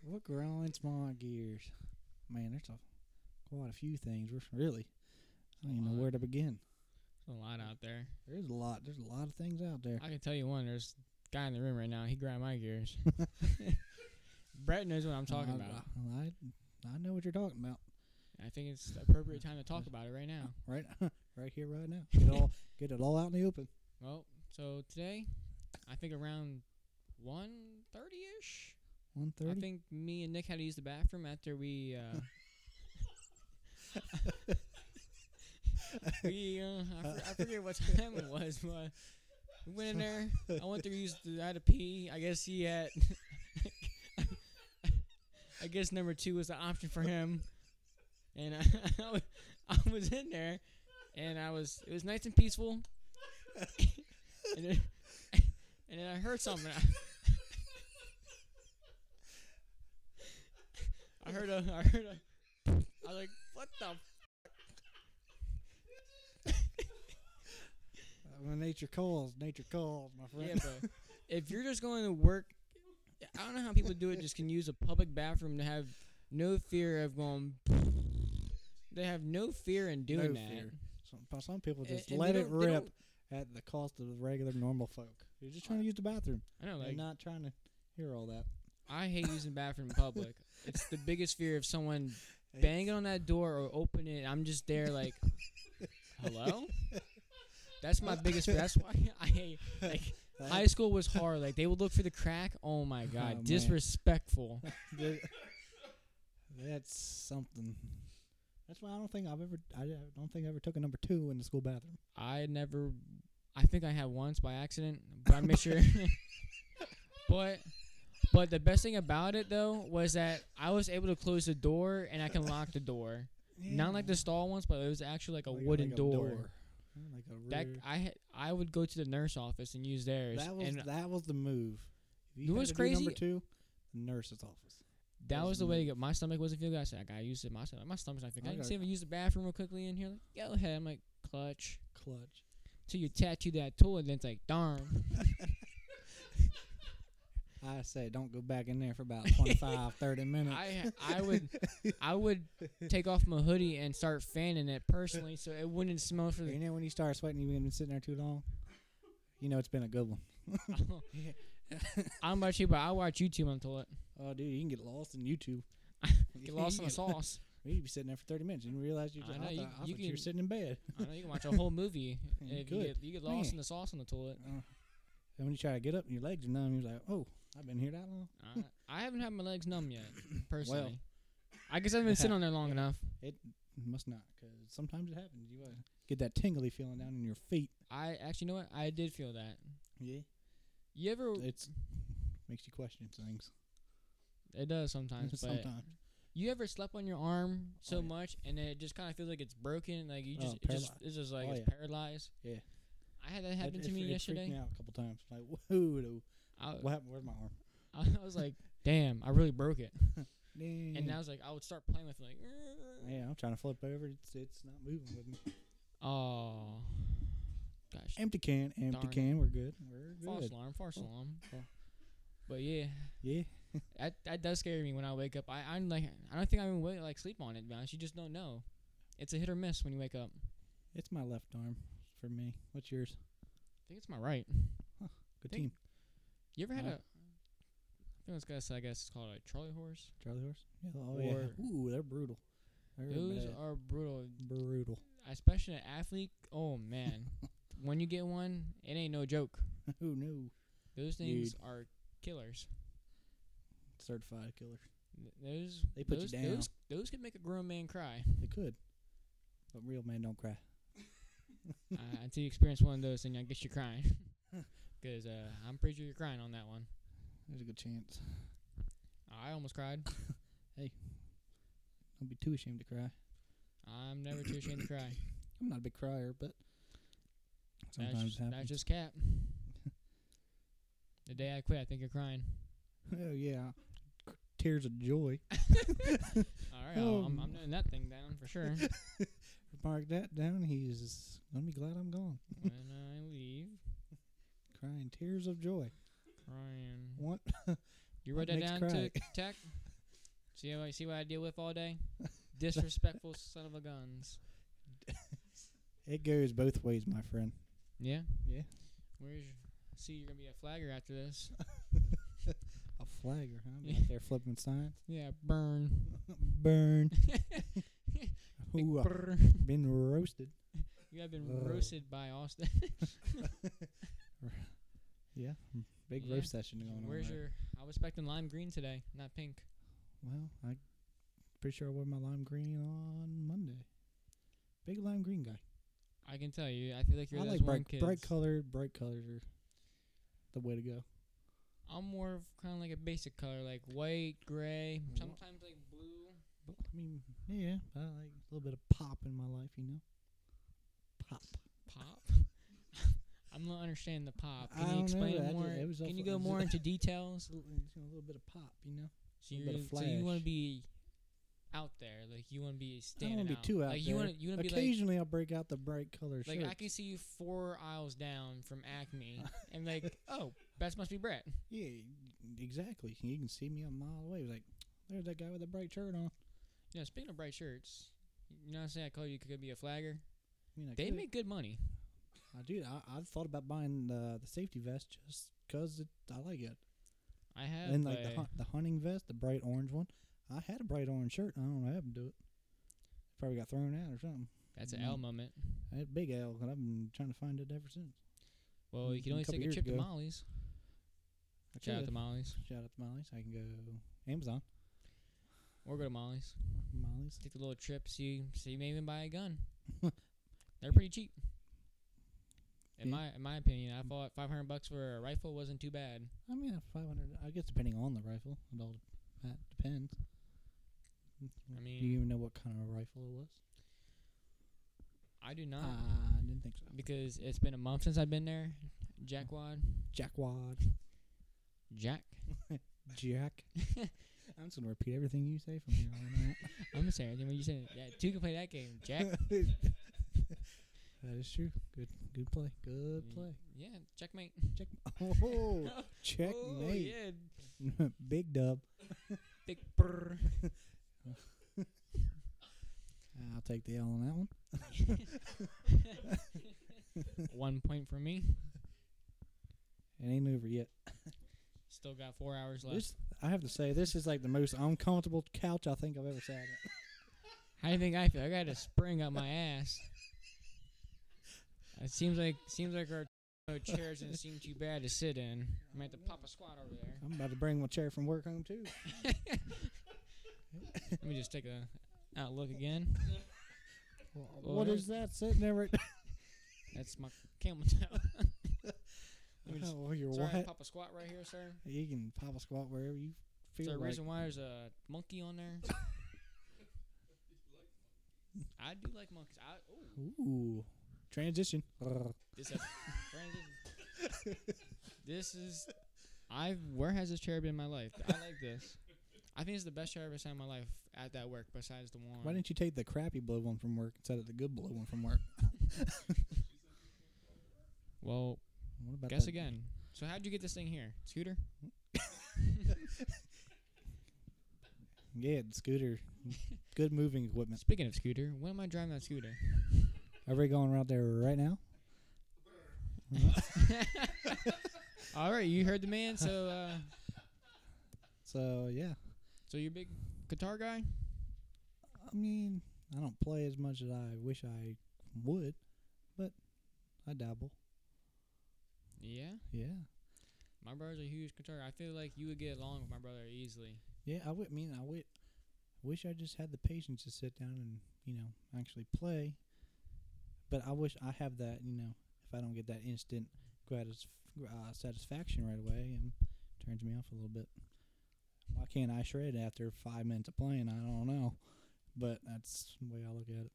Speaker 3: what grinds my gears? Man, there's a, quite a few things. We're really, I don't even know where to begin.
Speaker 1: There's a lot out there.
Speaker 3: There's a lot. There's a lot of things out there.
Speaker 1: I can tell you one. There's a guy in the room right now. He grind my gears. Brett knows what I'm talking
Speaker 3: I,
Speaker 1: about.
Speaker 3: I, I, I know what you're talking about.
Speaker 1: I think it's the appropriate time to talk about it right now.
Speaker 3: Right, right here, right now. Get it all, get it all out in the open.
Speaker 1: Well, so today, I think around one thirty ish.
Speaker 3: One
Speaker 1: I
Speaker 3: thirty.
Speaker 1: think me and Nick had to use the bathroom after we. Uh, we uh, I, for, I forget what time it was, but we went in there. I went to use the, I had to pee. I guess he had. I guess number two was the option for him, and I, I, was, I was in there, and I was it was nice and peaceful, and then, and then I heard something. I heard a I heard a I was like
Speaker 4: What the? F-
Speaker 3: Uh, when nature calls, nature calls, my friend.
Speaker 1: Yeah, bro. if you're just going to work, I don't know how people do it. Just can use a public bathroom to have no fear of going. They have no fear in doing
Speaker 3: No
Speaker 1: that.
Speaker 3: fear. Some, but some people
Speaker 1: And-
Speaker 3: just
Speaker 1: and they
Speaker 3: let it
Speaker 1: don't- they
Speaker 3: rip
Speaker 1: don't-
Speaker 3: at the cost of the regular normal folk. You're just trying to use the bathroom.
Speaker 1: I know,
Speaker 3: They're
Speaker 1: like
Speaker 3: not trying to hear all that.
Speaker 1: I hate using bathroom in public. it's the biggest fear of someone banging on that door or opening it. I'm just there like, hello. That's my biggest fear. That's why I hate. Like
Speaker 3: That-
Speaker 1: high school was hard. Like they would look for the crack. Oh my
Speaker 3: Oh,
Speaker 1: god,
Speaker 3: man.
Speaker 1: disrespectful.
Speaker 3: that- that's something. That's why I don't think I've ever. I don't think I ever took a number two in the school bathroom.
Speaker 1: I never. I think I had once by accident, but I made sure. but, but the best thing about it though was that I was able to close the door and I can lock the door. Not like the stall ones, but it was actually like a
Speaker 3: Like a-
Speaker 1: wooden
Speaker 3: like a
Speaker 1: door.
Speaker 3: Yeah, Like a
Speaker 1: That
Speaker 3: rear-
Speaker 1: I had, I would go to the nurse office and use theirs,
Speaker 3: that was
Speaker 1: and
Speaker 3: that was the move. If
Speaker 1: You know
Speaker 3: had
Speaker 1: what's
Speaker 3: to do Number
Speaker 1: crazy?
Speaker 3: two, the nurse's office.
Speaker 1: that
Speaker 3: was
Speaker 1: was the way to
Speaker 3: me.
Speaker 1: get. My stomach wasn't feeling good. I said I gotta use it. My stomach, my stomach's not feeling.
Speaker 3: I
Speaker 1: good. I can
Speaker 3: got-
Speaker 1: see if I use the bathroom real quickly in here. Like go ahead. I'm like clutch.
Speaker 3: Clutch.
Speaker 1: So you tattoo that tool, and then it's like darn.
Speaker 3: I say don't go back in there for about 25, 30 minutes.
Speaker 1: I I would I would take off my hoodie and start fanning it personally so it wouldn't smell for
Speaker 3: you
Speaker 1: the
Speaker 3: know when you start sweating, you've been sitting there too long. You know it's been a good one.
Speaker 1: I'm about you, but I watch YouTube on toilet.
Speaker 3: Oh, dude, you can get lost in YouTube.
Speaker 1: Get lost in the sauce.
Speaker 3: You'd be sitting there for 30 minutes and realize you
Speaker 1: I
Speaker 3: just, I
Speaker 1: know,
Speaker 3: thought,
Speaker 1: you-
Speaker 3: I
Speaker 1: you
Speaker 3: thought you were
Speaker 1: can-
Speaker 3: sitting in bed.
Speaker 1: I know you can watch a whole movie if you
Speaker 3: Good.
Speaker 1: get you get lost
Speaker 3: Man.
Speaker 1: in the sauce on the toilet.
Speaker 3: Uh, and when you try to get up and your legs are numb, you're like, oh, I've been here that long.
Speaker 1: I, I haven't had my legs numb yet, personally. I guess I haven't been sitting on there long enough.
Speaker 3: Must not, because sometimes it happens. You uh, get that tingly feeling down in your feet.
Speaker 1: I actually you know what I did feel that.
Speaker 3: Yeah.
Speaker 1: You ever?
Speaker 3: It's makes you question things
Speaker 1: It does sometimes, but
Speaker 3: sometimes.
Speaker 1: you ever slept on your arm so
Speaker 3: Oh, yeah.
Speaker 1: much and then it just kind of feels like it's broken, like you
Speaker 3: Oh,
Speaker 1: just, it just
Speaker 3: paralyzed.
Speaker 1: it's just like
Speaker 3: Oh,
Speaker 1: it's
Speaker 3: yeah.
Speaker 1: paralyzed.
Speaker 3: Yeah.
Speaker 1: I had that happen
Speaker 3: It-
Speaker 1: to
Speaker 3: it-
Speaker 1: me
Speaker 3: it freaked
Speaker 1: yesterday.
Speaker 3: me out a couple times. Like, whoa,
Speaker 1: I,
Speaker 3: what happened? Where's my arm?
Speaker 1: I was like, damn, I really broke it.
Speaker 3: Damn.
Speaker 1: And I was like, I would start playing with it, like,
Speaker 3: Mm. yeah, I'm trying to flip over. It's it's not moving with me.
Speaker 1: oh, gosh,
Speaker 3: Empty can, empty
Speaker 1: Darn it.
Speaker 3: can. We're good. We're
Speaker 1: false
Speaker 3: good.
Speaker 1: alarm, false
Speaker 3: Oh.
Speaker 1: alarm.
Speaker 3: Oh.
Speaker 1: But yeah,
Speaker 3: Yeah.
Speaker 1: that that does scare me when I wake up. I I'm like, I don't think I even wake, like sleep on it. To be honest, you just don't know. It's a hit or miss when you wake up. I
Speaker 3: It's my left arm for me. What's yours?
Speaker 1: think it's my right.
Speaker 3: Good
Speaker 1: Think-
Speaker 3: team.
Speaker 1: You ever had
Speaker 3: Uh,
Speaker 1: a? I think it's guess I guess it's called a trolley horse.
Speaker 3: Charlie horse. Yeah. Oh yeah.
Speaker 1: Or-
Speaker 3: Ooh, they're brutal. They're
Speaker 1: Those
Speaker 3: bad.
Speaker 1: are brutal,
Speaker 3: brutal.
Speaker 1: especially an athlete. Oh man, when you get one, it ain't no joke.
Speaker 3: Who knew?
Speaker 1: Those things are killers.
Speaker 3: Certified killer.
Speaker 1: Th- Those
Speaker 3: They put you
Speaker 1: those,
Speaker 3: down.
Speaker 1: Those, those could make a grown man cry
Speaker 3: They could, but real men don't cry.
Speaker 1: uh, until you experience one of those, and I guess you're crying. Because uh, I'm pretty sure you're crying on that one.
Speaker 3: There's a good chance.
Speaker 1: I almost cried.
Speaker 3: Don't be too ashamed to cry.
Speaker 1: I'm never too ashamed to cry.
Speaker 3: I'm not a big crier, but
Speaker 1: That's
Speaker 3: sometimes
Speaker 1: just,
Speaker 3: it happens.
Speaker 1: that's just cap. the day I quit, I think you're crying.
Speaker 3: Oh yeah, C- tears of joy.
Speaker 1: All right, I'll- I'm, I'm
Speaker 3: Oh.
Speaker 1: doing that thing down for sure.
Speaker 3: Mark that down. He's gonna be glad I'm gone.
Speaker 1: when I leave,
Speaker 3: Crying tears of joy.
Speaker 1: crying.
Speaker 3: What?
Speaker 1: You
Speaker 3: What
Speaker 1: wrote that
Speaker 3: makes
Speaker 1: down
Speaker 3: cry?
Speaker 1: to tech. See how I see what I deal with all day? Disrespectful son of a guns.
Speaker 3: It goes both ways, my friend.
Speaker 1: Yeah.
Speaker 3: Yeah.
Speaker 1: Where's your, see you're gonna be a flagger after this.
Speaker 3: A flagger. Huh?
Speaker 1: Yeah.
Speaker 3: out there flipping signs.
Speaker 1: Yeah, burn.
Speaker 3: Burn.
Speaker 1: Big
Speaker 3: Ooh, uh, I've
Speaker 1: brr.
Speaker 3: been roasted.
Speaker 1: You have been
Speaker 3: Ugh.
Speaker 1: roasted by Austin.
Speaker 3: Yeah. Big
Speaker 1: Yeah.
Speaker 3: roast session going on.
Speaker 1: Where's
Speaker 3: right?
Speaker 1: your? I was expecting lime green today, not pink.
Speaker 3: Well, I pretty sure I wore my lime green on Monday. Big lime green guy.
Speaker 1: I can tell you. I feel like you're
Speaker 3: I
Speaker 1: those
Speaker 3: like
Speaker 1: one
Speaker 3: bright,
Speaker 1: kids.
Speaker 3: bright colored. Bright colors are the way to go.
Speaker 1: I'm more of kind of like a basic color, like white, gray, sometimes like blue.
Speaker 3: But, I mean, yeah, but I like a little bit of pop in my life, you know. Pop.
Speaker 1: pop. I'm not understanding the pop.
Speaker 3: I
Speaker 1: Can
Speaker 3: don't
Speaker 1: you
Speaker 3: know,
Speaker 1: explain
Speaker 3: I just-
Speaker 1: more?
Speaker 3: it was
Speaker 1: Can
Speaker 3: off-
Speaker 1: you
Speaker 3: it
Speaker 1: go
Speaker 3: was-
Speaker 1: more into details?
Speaker 3: It's a little, it's a little bit of pop, you know.
Speaker 1: So,
Speaker 3: little
Speaker 1: you're,
Speaker 3: bit of
Speaker 1: so you want
Speaker 3: flash.
Speaker 1: to be out there. Like you want to be
Speaker 3: I don't
Speaker 1: standing
Speaker 3: want to be
Speaker 1: out.
Speaker 3: too out
Speaker 1: like
Speaker 3: there.
Speaker 1: you want to you want to be like
Speaker 3: Occasionally, I'll break out the bright color
Speaker 1: like I
Speaker 3: shirt.
Speaker 1: can see you four aisles down from Acme, and like oh, that must be Brett.
Speaker 3: Yeah, exactly. You can see me a mile away. Like, there's that guy with the bright shirt on.
Speaker 1: You know, speaking of bright shirts, you know, what I'm saying I call you could be a flagger.
Speaker 3: I mean, I
Speaker 1: They
Speaker 3: could.
Speaker 1: make good money.
Speaker 3: I do. I, I thought about buying the the safety vest just 'cause it, I like it.
Speaker 1: I have
Speaker 3: And like the
Speaker 1: but
Speaker 3: hun- the hunting vest, the bright orange one. I had a bright orange shirt. and I don't know what happened to it. Probably got thrown out or something.
Speaker 1: that's an L
Speaker 3: Mm.
Speaker 1: moment.
Speaker 3: I had a big L, and I've been trying to find it ever since.
Speaker 1: Well, you
Speaker 3: Mm,
Speaker 1: can
Speaker 3: a
Speaker 1: only
Speaker 3: couple
Speaker 1: take a
Speaker 3: years
Speaker 1: trip to
Speaker 3: ago.
Speaker 1: Molly's.
Speaker 3: I
Speaker 1: Shout out
Speaker 3: could.
Speaker 1: to Molly's.
Speaker 3: Shout out to Molly's. I can go Amazon.
Speaker 1: Or go to Molly's.
Speaker 3: Molly's.
Speaker 1: Take the little trip. See, see, maybe even buy a gun.
Speaker 3: Yeah.
Speaker 1: They're pretty cheap. In
Speaker 3: Yeah.
Speaker 1: my in my opinion, I thought five hundred bucks for a rifle wasn't too bad.
Speaker 3: I mean, uh, five hundred. I guess depending on the rifle, it all that depends.
Speaker 1: I
Speaker 3: do you
Speaker 1: mean,
Speaker 3: even know what kind of rifle it was?
Speaker 1: I do not
Speaker 3: Ah, I didn't think so.
Speaker 1: because it's been a month since I've been there. Jackwad,
Speaker 3: Jackwad.
Speaker 1: Jack.
Speaker 3: Jack. I'm just gonna repeat everything you say from here on out.
Speaker 1: I'm sorry. When you said yeah, two can play that game. Jack.
Speaker 3: that is true. Good, good play. Good
Speaker 1: Mm,
Speaker 3: play.
Speaker 1: Yeah, checkmate.
Speaker 3: Check. Oh, checkmate.
Speaker 1: Oh, yeah,
Speaker 3: Big dub.
Speaker 1: big brr.
Speaker 3: I'll take the L on that one.
Speaker 1: One point for me.
Speaker 3: It ain't over yet.
Speaker 1: Still got four hours left.
Speaker 3: This, I have to say, this is like the most uncomfortable couch I think I've ever sat on.
Speaker 1: How do you think I feel? I got a spring up my ass. It seems like seems like our chair doesn't seem too bad to sit in. I might have to pop a squat over there.
Speaker 3: I'm about to bring my chair from work home too.
Speaker 1: Let me just take a out look again.
Speaker 3: what is that sitting there? Right
Speaker 1: That's my camel toe. Let me just-
Speaker 3: oh, you're
Speaker 1: Sorry, I
Speaker 3: what?
Speaker 1: pop a squat right here, sir.
Speaker 3: You can pop a squat wherever you
Speaker 1: Is
Speaker 3: feel
Speaker 1: there a
Speaker 3: like.
Speaker 1: reason why there's a monkey on there? I do like monkeys. I, ooh,
Speaker 3: Ooh, transition.
Speaker 1: this, a, Brandon, this is. I've where has this chair been in my life? I like this. I think it's the best chair I've ever sat in my life at that work, besides the one.
Speaker 3: Why didn't you take the crappy blue one from work instead of the good blue one from work?
Speaker 1: Well,
Speaker 3: What about
Speaker 1: guess
Speaker 3: that?
Speaker 1: again. So how'd you get this thing here, Scooter?
Speaker 3: Yeah, the scooter. good moving equipment.
Speaker 1: Speaking of Scooter, when am I driving that scooter?
Speaker 3: Are we going out there right now?
Speaker 1: All right, you heard the man. So, uh,
Speaker 3: So yeah,
Speaker 1: so you're a big guitar guy.
Speaker 3: I mean, I don't play as much as I wish I would, but I dabble.
Speaker 1: Yeah.
Speaker 3: Yeah.
Speaker 1: My brother's a huge guitar. I feel like you would get along with my brother easily.
Speaker 3: Yeah, I would I mean I would wish I just had the patience to sit down and, you know, actually play. But I wish I have that, you know, if I don't get that instant gratis, uh, satisfaction right away, it turns me off a little bit. Why can't I shred after five minutes of playing? I don't know. But that's the way I look at it.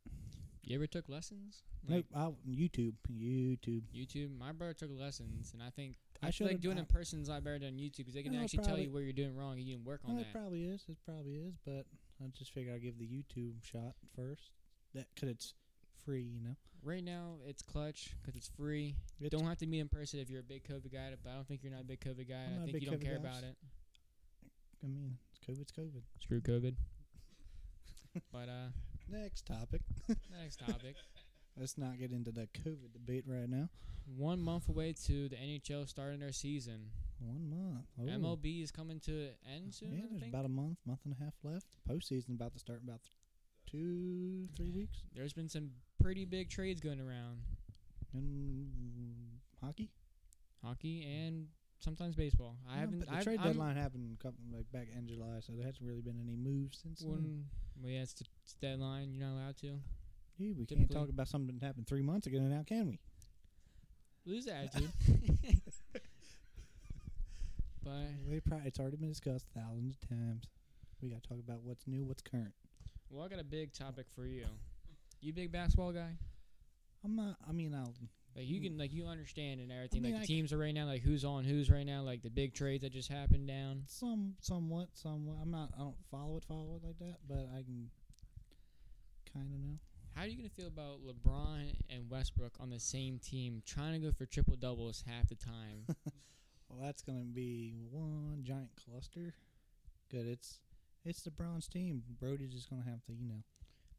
Speaker 1: You ever took lessons?
Speaker 3: Nope. I, YouTube. YouTube.
Speaker 1: YouTube. My brother took lessons, and I think
Speaker 3: I
Speaker 1: I, feel like
Speaker 3: should've-
Speaker 1: doing
Speaker 3: I-
Speaker 1: in person's a lot better than YouTube because they can
Speaker 3: No,
Speaker 1: actually tell
Speaker 3: probably-
Speaker 1: you where you're doing wrong and you can work on
Speaker 3: Well, it
Speaker 1: that.
Speaker 3: probably is. It probably is. But I just figured I'd give the YouTube shot first. That Because it's free, you know.
Speaker 1: Right now, it's clutch because it's free.
Speaker 3: It's
Speaker 1: don't have to meet in person if you're a big COVID guy, but I don't think you're not a big COVID guy.
Speaker 3: I'm not
Speaker 1: I
Speaker 3: a
Speaker 1: think
Speaker 3: big
Speaker 1: you don't
Speaker 3: COVID
Speaker 1: care
Speaker 3: guy.
Speaker 1: about it.
Speaker 3: I mean, it's COVID's COVID.
Speaker 1: Screw COVID. but uh,
Speaker 3: Next topic.
Speaker 1: next topic.
Speaker 3: Let's not get into the COVID debate right now.
Speaker 1: One month away to the NHL starting their season.
Speaker 3: One month. Oh.
Speaker 1: MLB is coming to an end soon.
Speaker 3: Yeah,
Speaker 1: I
Speaker 3: there's
Speaker 1: think.
Speaker 3: about a month, month and a half left. Postseason about to start in about two, three weeks.
Speaker 1: There's been some pretty big trades going around.
Speaker 3: And hockey.
Speaker 1: hockey and sometimes baseball. I
Speaker 3: No,
Speaker 1: haven't.
Speaker 3: But the
Speaker 1: I've,
Speaker 3: trade
Speaker 1: I'm-
Speaker 3: deadline happened a couple, like back in July, so there hasn't really been any moves since. then.
Speaker 1: When, well, yeah, it's the it's deadline. You're not allowed to
Speaker 3: Dude, we can't
Speaker 1: typically-
Speaker 3: talk about something that happened three months ago now, can we?
Speaker 1: lose the attitude. but
Speaker 3: We probably, it's already been discussed thousands of times. We got to talk about what's new, what's current.
Speaker 1: well, I got a big topic for you. You big basketball guy?
Speaker 3: I'm not. I mean, I'll
Speaker 1: Like you can like you understand and everything.
Speaker 3: mean,
Speaker 1: like
Speaker 3: Mm. I
Speaker 1: the
Speaker 3: c-
Speaker 1: teams are right now, like who's on who's right now, like the big trades that just happened down.
Speaker 3: Some, somewhat, somewhat. I'm not. I don't follow it, follow it like that, but I can kind of know.
Speaker 1: How are you gonna feel about LeBron and Westbrook on the same team trying to go for triple doubles half the time?
Speaker 3: Well, that's gonna be one giant cluster. Good. It's it's the bronze team. Brody's just gonna have to, you know,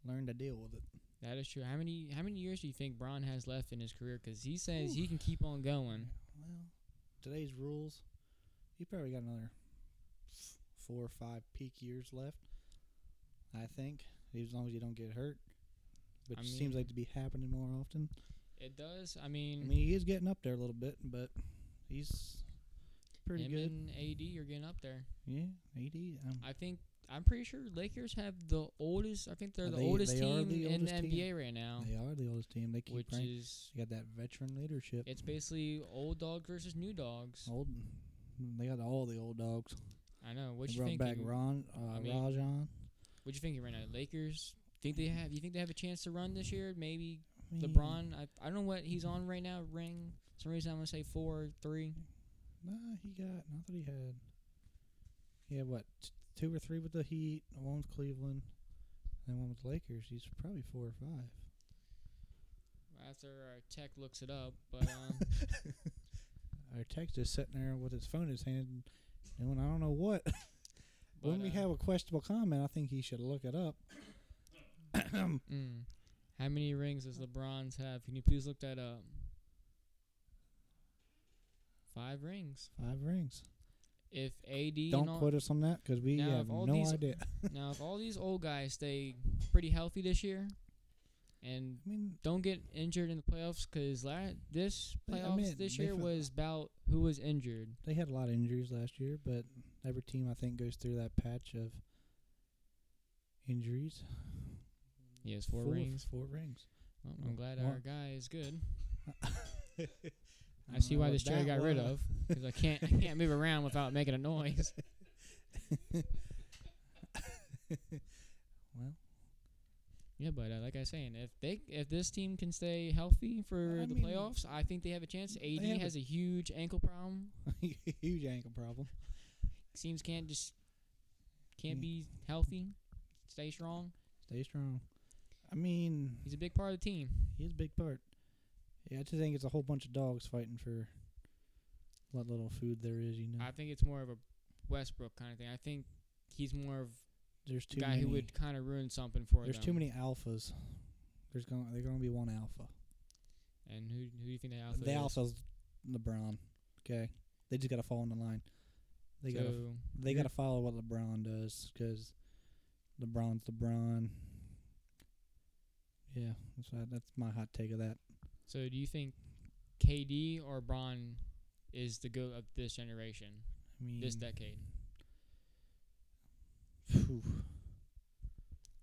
Speaker 3: learn to deal with it.
Speaker 1: that is true. How many how many years do you think Bron has left in his career? Because he says he can keep on going.
Speaker 3: Well, today's rules, you probably got another f- four or five peak years left. I think, as long as you don't get hurt, which
Speaker 1: I
Speaker 3: seems
Speaker 1: mean-
Speaker 3: like to be happening more often.
Speaker 1: It does. I mean,
Speaker 3: I mean, he is getting up there a little bit, but he's pretty
Speaker 1: him
Speaker 3: good.
Speaker 1: and AD are getting up there.
Speaker 3: yeah, AD. Um,
Speaker 1: I think I'm pretty sure Lakers have the oldest. I think they're the
Speaker 3: They-
Speaker 1: oldest
Speaker 3: they are
Speaker 1: team
Speaker 3: the
Speaker 1: in the
Speaker 3: oldest team.
Speaker 1: NBA right now,
Speaker 3: they are the oldest team. They keep
Speaker 1: which
Speaker 3: ranking.
Speaker 1: is
Speaker 3: They got that veteran leadership.
Speaker 1: It's basically old dogs versus new dogs.
Speaker 3: Old. They got all the old dogs.
Speaker 1: I know. What
Speaker 3: They
Speaker 1: you
Speaker 3: brought back
Speaker 1: thinking?
Speaker 3: Ron, uh,
Speaker 1: I mean-
Speaker 3: Rajon.
Speaker 1: What you thinking right now? Lakers? Think they have? You think they have a chance to run this year? Maybe
Speaker 3: I mean,
Speaker 1: LeBron. I, I don't know what he's on right now. Ring. For some reason I'm gonna say four, three.
Speaker 3: Nah, he got. I thought he had. He had what t- two or three with the Heat, one with Cleveland, and one with Lakers. He's probably four or five.
Speaker 1: After our tech looks it up, but um,
Speaker 3: Our text is sitting there with his phone in his hand, doing I don't know what.
Speaker 1: but,
Speaker 3: when we
Speaker 1: uh,
Speaker 3: have a questionable comment, I think he should look it up.
Speaker 1: mm, how many rings does LeBron's have? Can you please look that up? Five rings.
Speaker 3: Five rings.
Speaker 1: If AD and
Speaker 3: Don't
Speaker 1: all-
Speaker 3: quote us on that because we
Speaker 1: Now,
Speaker 3: have
Speaker 1: if all
Speaker 3: no
Speaker 1: these-
Speaker 3: idea.
Speaker 1: now, if all these old guys stay pretty healthy this year, and
Speaker 3: I mean,
Speaker 1: don't get injured in the playoffs because la- this
Speaker 3: But, I
Speaker 1: playoffs
Speaker 3: mean,
Speaker 1: this
Speaker 3: they
Speaker 1: year
Speaker 3: fin-
Speaker 1: was about who was injured.
Speaker 3: they had a lot of injuries last year, but every team I think goes through that patch of injuries.
Speaker 1: He has four, rings.
Speaker 3: Four rings.
Speaker 1: Well, I'm glad
Speaker 3: One.
Speaker 1: our guy is good. I
Speaker 3: don't
Speaker 1: see
Speaker 3: know
Speaker 1: why
Speaker 3: what
Speaker 1: this chair
Speaker 3: Uh, that
Speaker 1: got rid
Speaker 3: was.
Speaker 1: of because I can't I can't move around without making a noise.
Speaker 3: Well,
Speaker 1: Yeah, but uh, like I was saying, if they if this team can stay healthy for
Speaker 3: I
Speaker 1: the
Speaker 3: mean,
Speaker 1: playoffs, I think they have a chance. AD
Speaker 3: have a-
Speaker 1: has a huge ankle problem.
Speaker 3: huge ankle problem.
Speaker 1: Seems can't just can't
Speaker 3: Yeah.
Speaker 1: be healthy, stay strong.
Speaker 3: Stay strong. I mean,
Speaker 1: He's a big part of the team.
Speaker 3: he's a big part. Yeah, I just think it's a whole bunch of dogs fighting for what little food there is. You know,
Speaker 1: I think it's more of a Westbrook kind of thing. I think he's more of
Speaker 3: there's
Speaker 1: the
Speaker 3: too
Speaker 1: guy
Speaker 3: many.
Speaker 1: who would kind of ruin something for
Speaker 3: there's
Speaker 1: them.
Speaker 3: too many alphas. There's going. There's going to be one alpha.
Speaker 1: And who who do you think the alpha?
Speaker 3: the
Speaker 1: is?
Speaker 3: alpha's LeBron. Okay, they just got to fall in the line. They got to.
Speaker 1: So,
Speaker 3: They got to follow what LeBron does because LeBron's LeBron. Yeah, that's what, that's my hot take of that.
Speaker 1: so do you think KD or Bron is the goat of this generation,
Speaker 3: I mean,
Speaker 1: this decade?
Speaker 3: phew,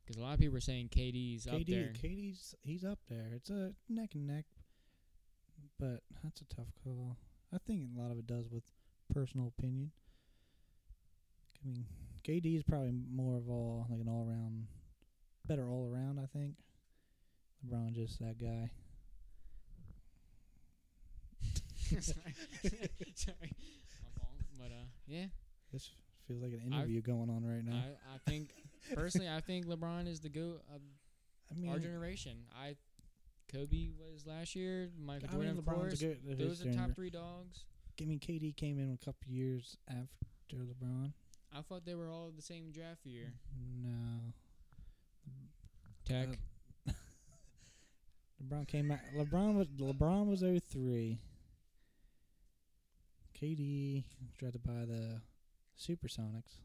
Speaker 1: Because a lot of people are saying KD's up there.
Speaker 3: KD, KD's he's up there. It's a neck and neck, but that's a tough call. I think a lot of it does with personal opinion. I mean, KD is probably more of all like an all around, better all around. I think LeBron just that guy.
Speaker 1: sorry, sorry, I'm wrong. But uh, yeah,
Speaker 3: This feels like an
Speaker 1: I-
Speaker 3: interview going on right now.
Speaker 1: I I think personally I think LeBron is the goat of
Speaker 3: I mean,
Speaker 1: our generation. I Kobe was last year. Michael
Speaker 3: I
Speaker 1: Jordan,
Speaker 3: mean
Speaker 1: of
Speaker 3: LeBron's a
Speaker 1: course.
Speaker 3: good. uh,
Speaker 1: Those are top three dogs.
Speaker 3: I mean, KD came in a couple years after LeBron.
Speaker 1: I thought they were all the same draft year.
Speaker 3: No,
Speaker 1: Tech.
Speaker 3: Uh, LeBron came out. LeBron was LeBron was 03. KD was drafted by the Supersonics.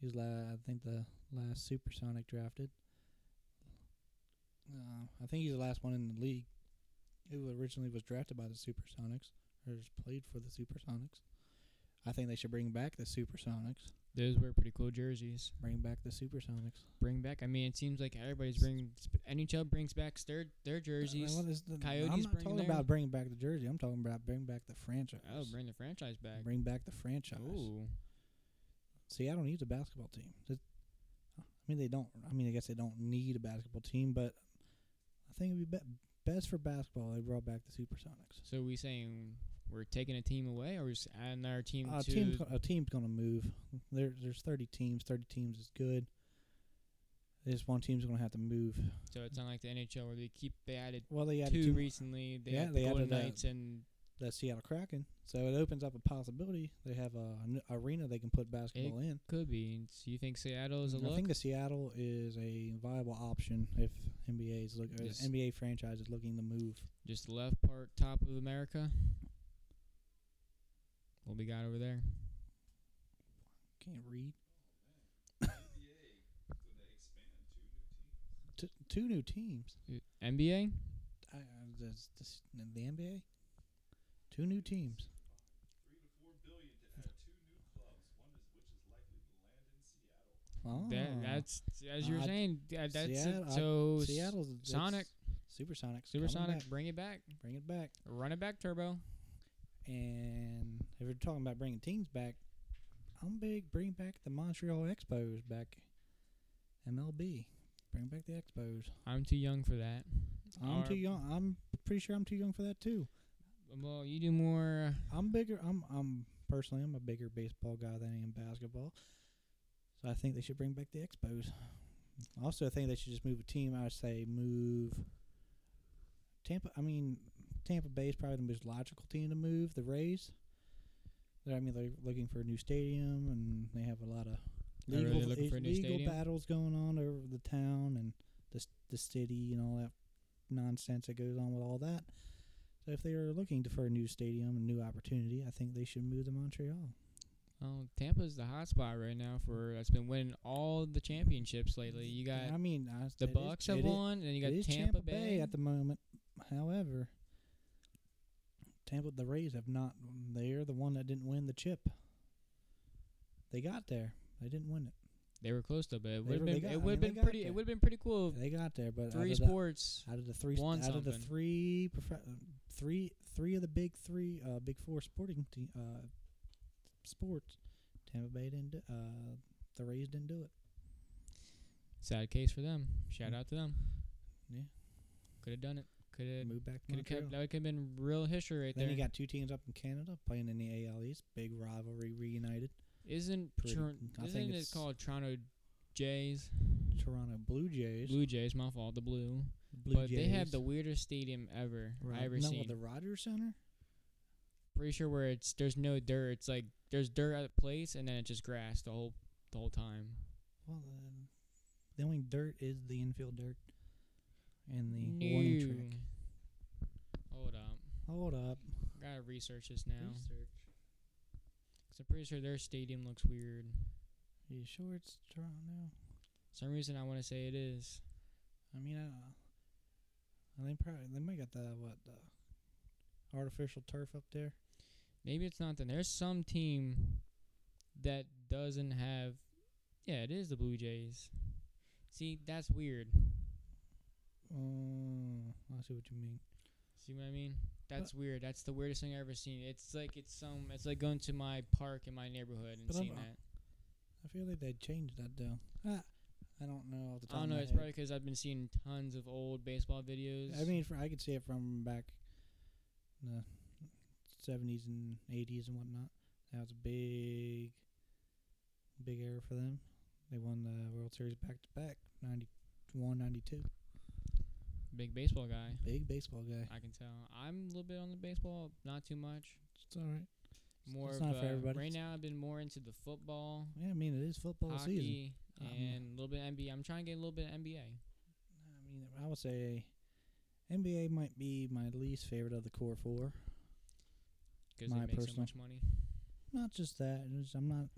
Speaker 3: He was la- I think the last Supersonic drafted. Uh, I think he's the last one in the league who originally was drafted by the Supersonics or just played for the Supersonics. I think they should bring back the Supersonics.
Speaker 1: Those were pretty cool jerseys.
Speaker 3: Bring back the Supersonics.
Speaker 1: Bring back. I mean, it seems like everybody's bringing. sp- NHL brings back their their jerseys.
Speaker 3: Uh, what is the- I'm
Speaker 1: Coyotes
Speaker 3: not
Speaker 1: bringing
Speaker 3: talking
Speaker 1: their-
Speaker 3: about bringing back the jersey. I'm talking about bringing back the franchise.
Speaker 1: Oh, bring the franchise back.
Speaker 3: Bring back the franchise.
Speaker 1: Ooh,
Speaker 3: Seattle needs a basketball team. That- I mean, they don't. I mean, I guess they don't need a basketball team, but I think it'd be be- best for basketball. They brought back the Supersonics.
Speaker 1: So we saying we're taking a team away, or we're just adding our team
Speaker 3: A
Speaker 1: to?
Speaker 3: team's, go- a team's gonna move. There, there's 30 teams. 30 teams is good. This one team's gonna have to move.
Speaker 1: so it's not like the NHL where they keep they added
Speaker 3: Well, they added
Speaker 1: two
Speaker 3: two.
Speaker 1: recently. They
Speaker 3: Yeah,
Speaker 1: had the
Speaker 3: they
Speaker 1: Golden
Speaker 3: added, uh,
Speaker 1: Knights and
Speaker 3: the Seattle Kraken. So it opens up a possibility. They have a an arena they can put basketball in.
Speaker 1: could be. And So you think Seattle is a
Speaker 3: I
Speaker 1: look?
Speaker 3: think the Seattle is a viable option if NBA is look uh,
Speaker 1: Yes.
Speaker 3: NBA franchise is looking to move.
Speaker 1: Just the left part, top of America. What we got over there?
Speaker 3: Can't read. T- two new teams.
Speaker 1: Uh, NBA.
Speaker 3: I, I, this, this, the NBA. Two new teams. Oh.
Speaker 1: That, that's as you were
Speaker 3: Uh,
Speaker 1: saying. Yeah, that's it.
Speaker 3: Seattle- I-
Speaker 1: so s-
Speaker 3: Seattle's that's
Speaker 1: Sonic.
Speaker 3: Supersonics. coming
Speaker 1: Supersonic,
Speaker 3: back.
Speaker 1: bring it back,
Speaker 3: Bring it back.
Speaker 1: run it back, Turbo.
Speaker 3: And if you're talking about bringing teams back, I'm big. Bring back the Montreal Expos back. MLB. Bring back the Expos.
Speaker 1: I'm too young for that.
Speaker 3: I'm
Speaker 1: Or-
Speaker 3: too young. I'm pretty sure I'm too young for that too.
Speaker 1: Well, you do more.
Speaker 3: I'm bigger. I'm. I'm personally. I'm a bigger baseball guy than I am basketball. So I think they should bring back the Expos. Also, I think they should just move a team. I would say move. Tampa. I mean, Tampa Bay is probably the most logical team to move. The Rays. They're- I mean, they're looking for a new stadium, and they have a lot of
Speaker 1: Are
Speaker 3: legal
Speaker 1: they looking for a new
Speaker 3: legal
Speaker 1: stadium?
Speaker 3: battles going on over the town and the s- the city and all that nonsense that goes on with all that. So if they are looking to- for a new stadium and new opportunity, I think they should move to Montreal.
Speaker 1: Oh, Tampa's the hot spot right now for that's been winning all the championships lately. You got
Speaker 3: I mean, I,
Speaker 1: the
Speaker 3: it is-
Speaker 1: Bucks
Speaker 3: it
Speaker 1: have
Speaker 3: is-
Speaker 1: won, and you
Speaker 3: it
Speaker 1: got
Speaker 3: is
Speaker 1: Tampa, Bay.
Speaker 3: at the moment. However, Tampa the Rays have not. They're the one that didn't win the chip. They got there. They didn't win it.
Speaker 1: they were close though, but it would
Speaker 3: They
Speaker 1: have
Speaker 3: were- they
Speaker 1: been
Speaker 3: got- I
Speaker 1: it would have
Speaker 3: mean, they
Speaker 1: been
Speaker 3: got
Speaker 1: pretty
Speaker 3: there.
Speaker 1: it would have been pretty cool. if
Speaker 3: They got there, but out
Speaker 1: Three
Speaker 3: of the-
Speaker 1: sports.
Speaker 3: out of the three
Speaker 1: Won
Speaker 3: out of the
Speaker 1: something.
Speaker 3: three prof- three three of the big three uh, big four sporting te- uh, sports Tampa Bay didn't do, uh, the Rays didn't do it
Speaker 1: Sad case for them. Shout
Speaker 3: Mm.
Speaker 1: out to them.
Speaker 3: yeah
Speaker 1: Could have done it. Could have.
Speaker 3: moved back to
Speaker 1: Could have
Speaker 3: Montreal
Speaker 1: kept. That could have been real history right
Speaker 3: then
Speaker 1: there.
Speaker 3: you got two teams up in Canada playing in the AL East big rivalry reunited
Speaker 1: isn't
Speaker 3: pretty-
Speaker 1: Tor-
Speaker 3: I think
Speaker 1: isn't it
Speaker 3: it's-
Speaker 1: called Toronto Jays?
Speaker 3: Toronto Blue Jays
Speaker 1: Blue Jays. My fault. The blue.
Speaker 3: Blue
Speaker 1: but they have
Speaker 3: Jays.
Speaker 1: the weirdest stadium ever
Speaker 3: Rod-
Speaker 1: I ever
Speaker 3: no,
Speaker 1: seen.
Speaker 3: the Rogers Center
Speaker 1: Pretty sure where it's there's no dirt. It's like there's dirt at a place and then it's just grass the whole the whole time.
Speaker 3: well then the only dirt is the infield dirt and the warning track
Speaker 1: No. Hold up.
Speaker 3: hold up
Speaker 1: Gotta research this now.
Speaker 3: research
Speaker 1: i I'm pretty sure their stadium looks weird.
Speaker 3: you sure it's Toronto
Speaker 1: some reason I want to say it is.
Speaker 3: I mean, I don't know. And they probably they might got the what the artificial turf up there.
Speaker 1: Maybe it's not then. There's some team that doesn't have. Yeah, it is the Blue Jays. See, that's weird.
Speaker 3: Oh, I see what you mean.
Speaker 1: See what I mean? That's weird. That's the weirdest thing I've ever seen. It's like it's some. It's like going to my park in my neighborhood and
Speaker 3: But I'm-
Speaker 1: seeing
Speaker 3: uh,
Speaker 1: that.
Speaker 3: I feel like they changed that though. Ah, I don't know off the top.
Speaker 1: I don't
Speaker 3: of
Speaker 1: know.
Speaker 3: my
Speaker 1: It's
Speaker 3: head.
Speaker 1: probably because I've been seeing tons of old baseball videos.
Speaker 3: I mean, for, I could see it from back in the seventies and eighties and whatnot. That was a big, big era for them. They won the World Series back to back, 91, 92.
Speaker 1: big baseball guy.
Speaker 3: Big baseball guy.
Speaker 1: I can tell. I'm a little bit on the baseball, not too much.
Speaker 3: It's all right.
Speaker 1: More
Speaker 3: It's
Speaker 1: of
Speaker 3: not for
Speaker 1: uh,
Speaker 3: everybody.
Speaker 1: right now, I've been more into the football.
Speaker 3: Yeah, I mean it is football season.
Speaker 1: hockey
Speaker 3: Um,
Speaker 1: and a little bit of NBA. I'm trying to get a little bit of NBA.
Speaker 3: I mean, I would say NBA might be my least favorite of the core four.
Speaker 1: because
Speaker 3: My
Speaker 1: they make so
Speaker 3: personal-
Speaker 1: much money.
Speaker 3: Not just that, it's- I'm not a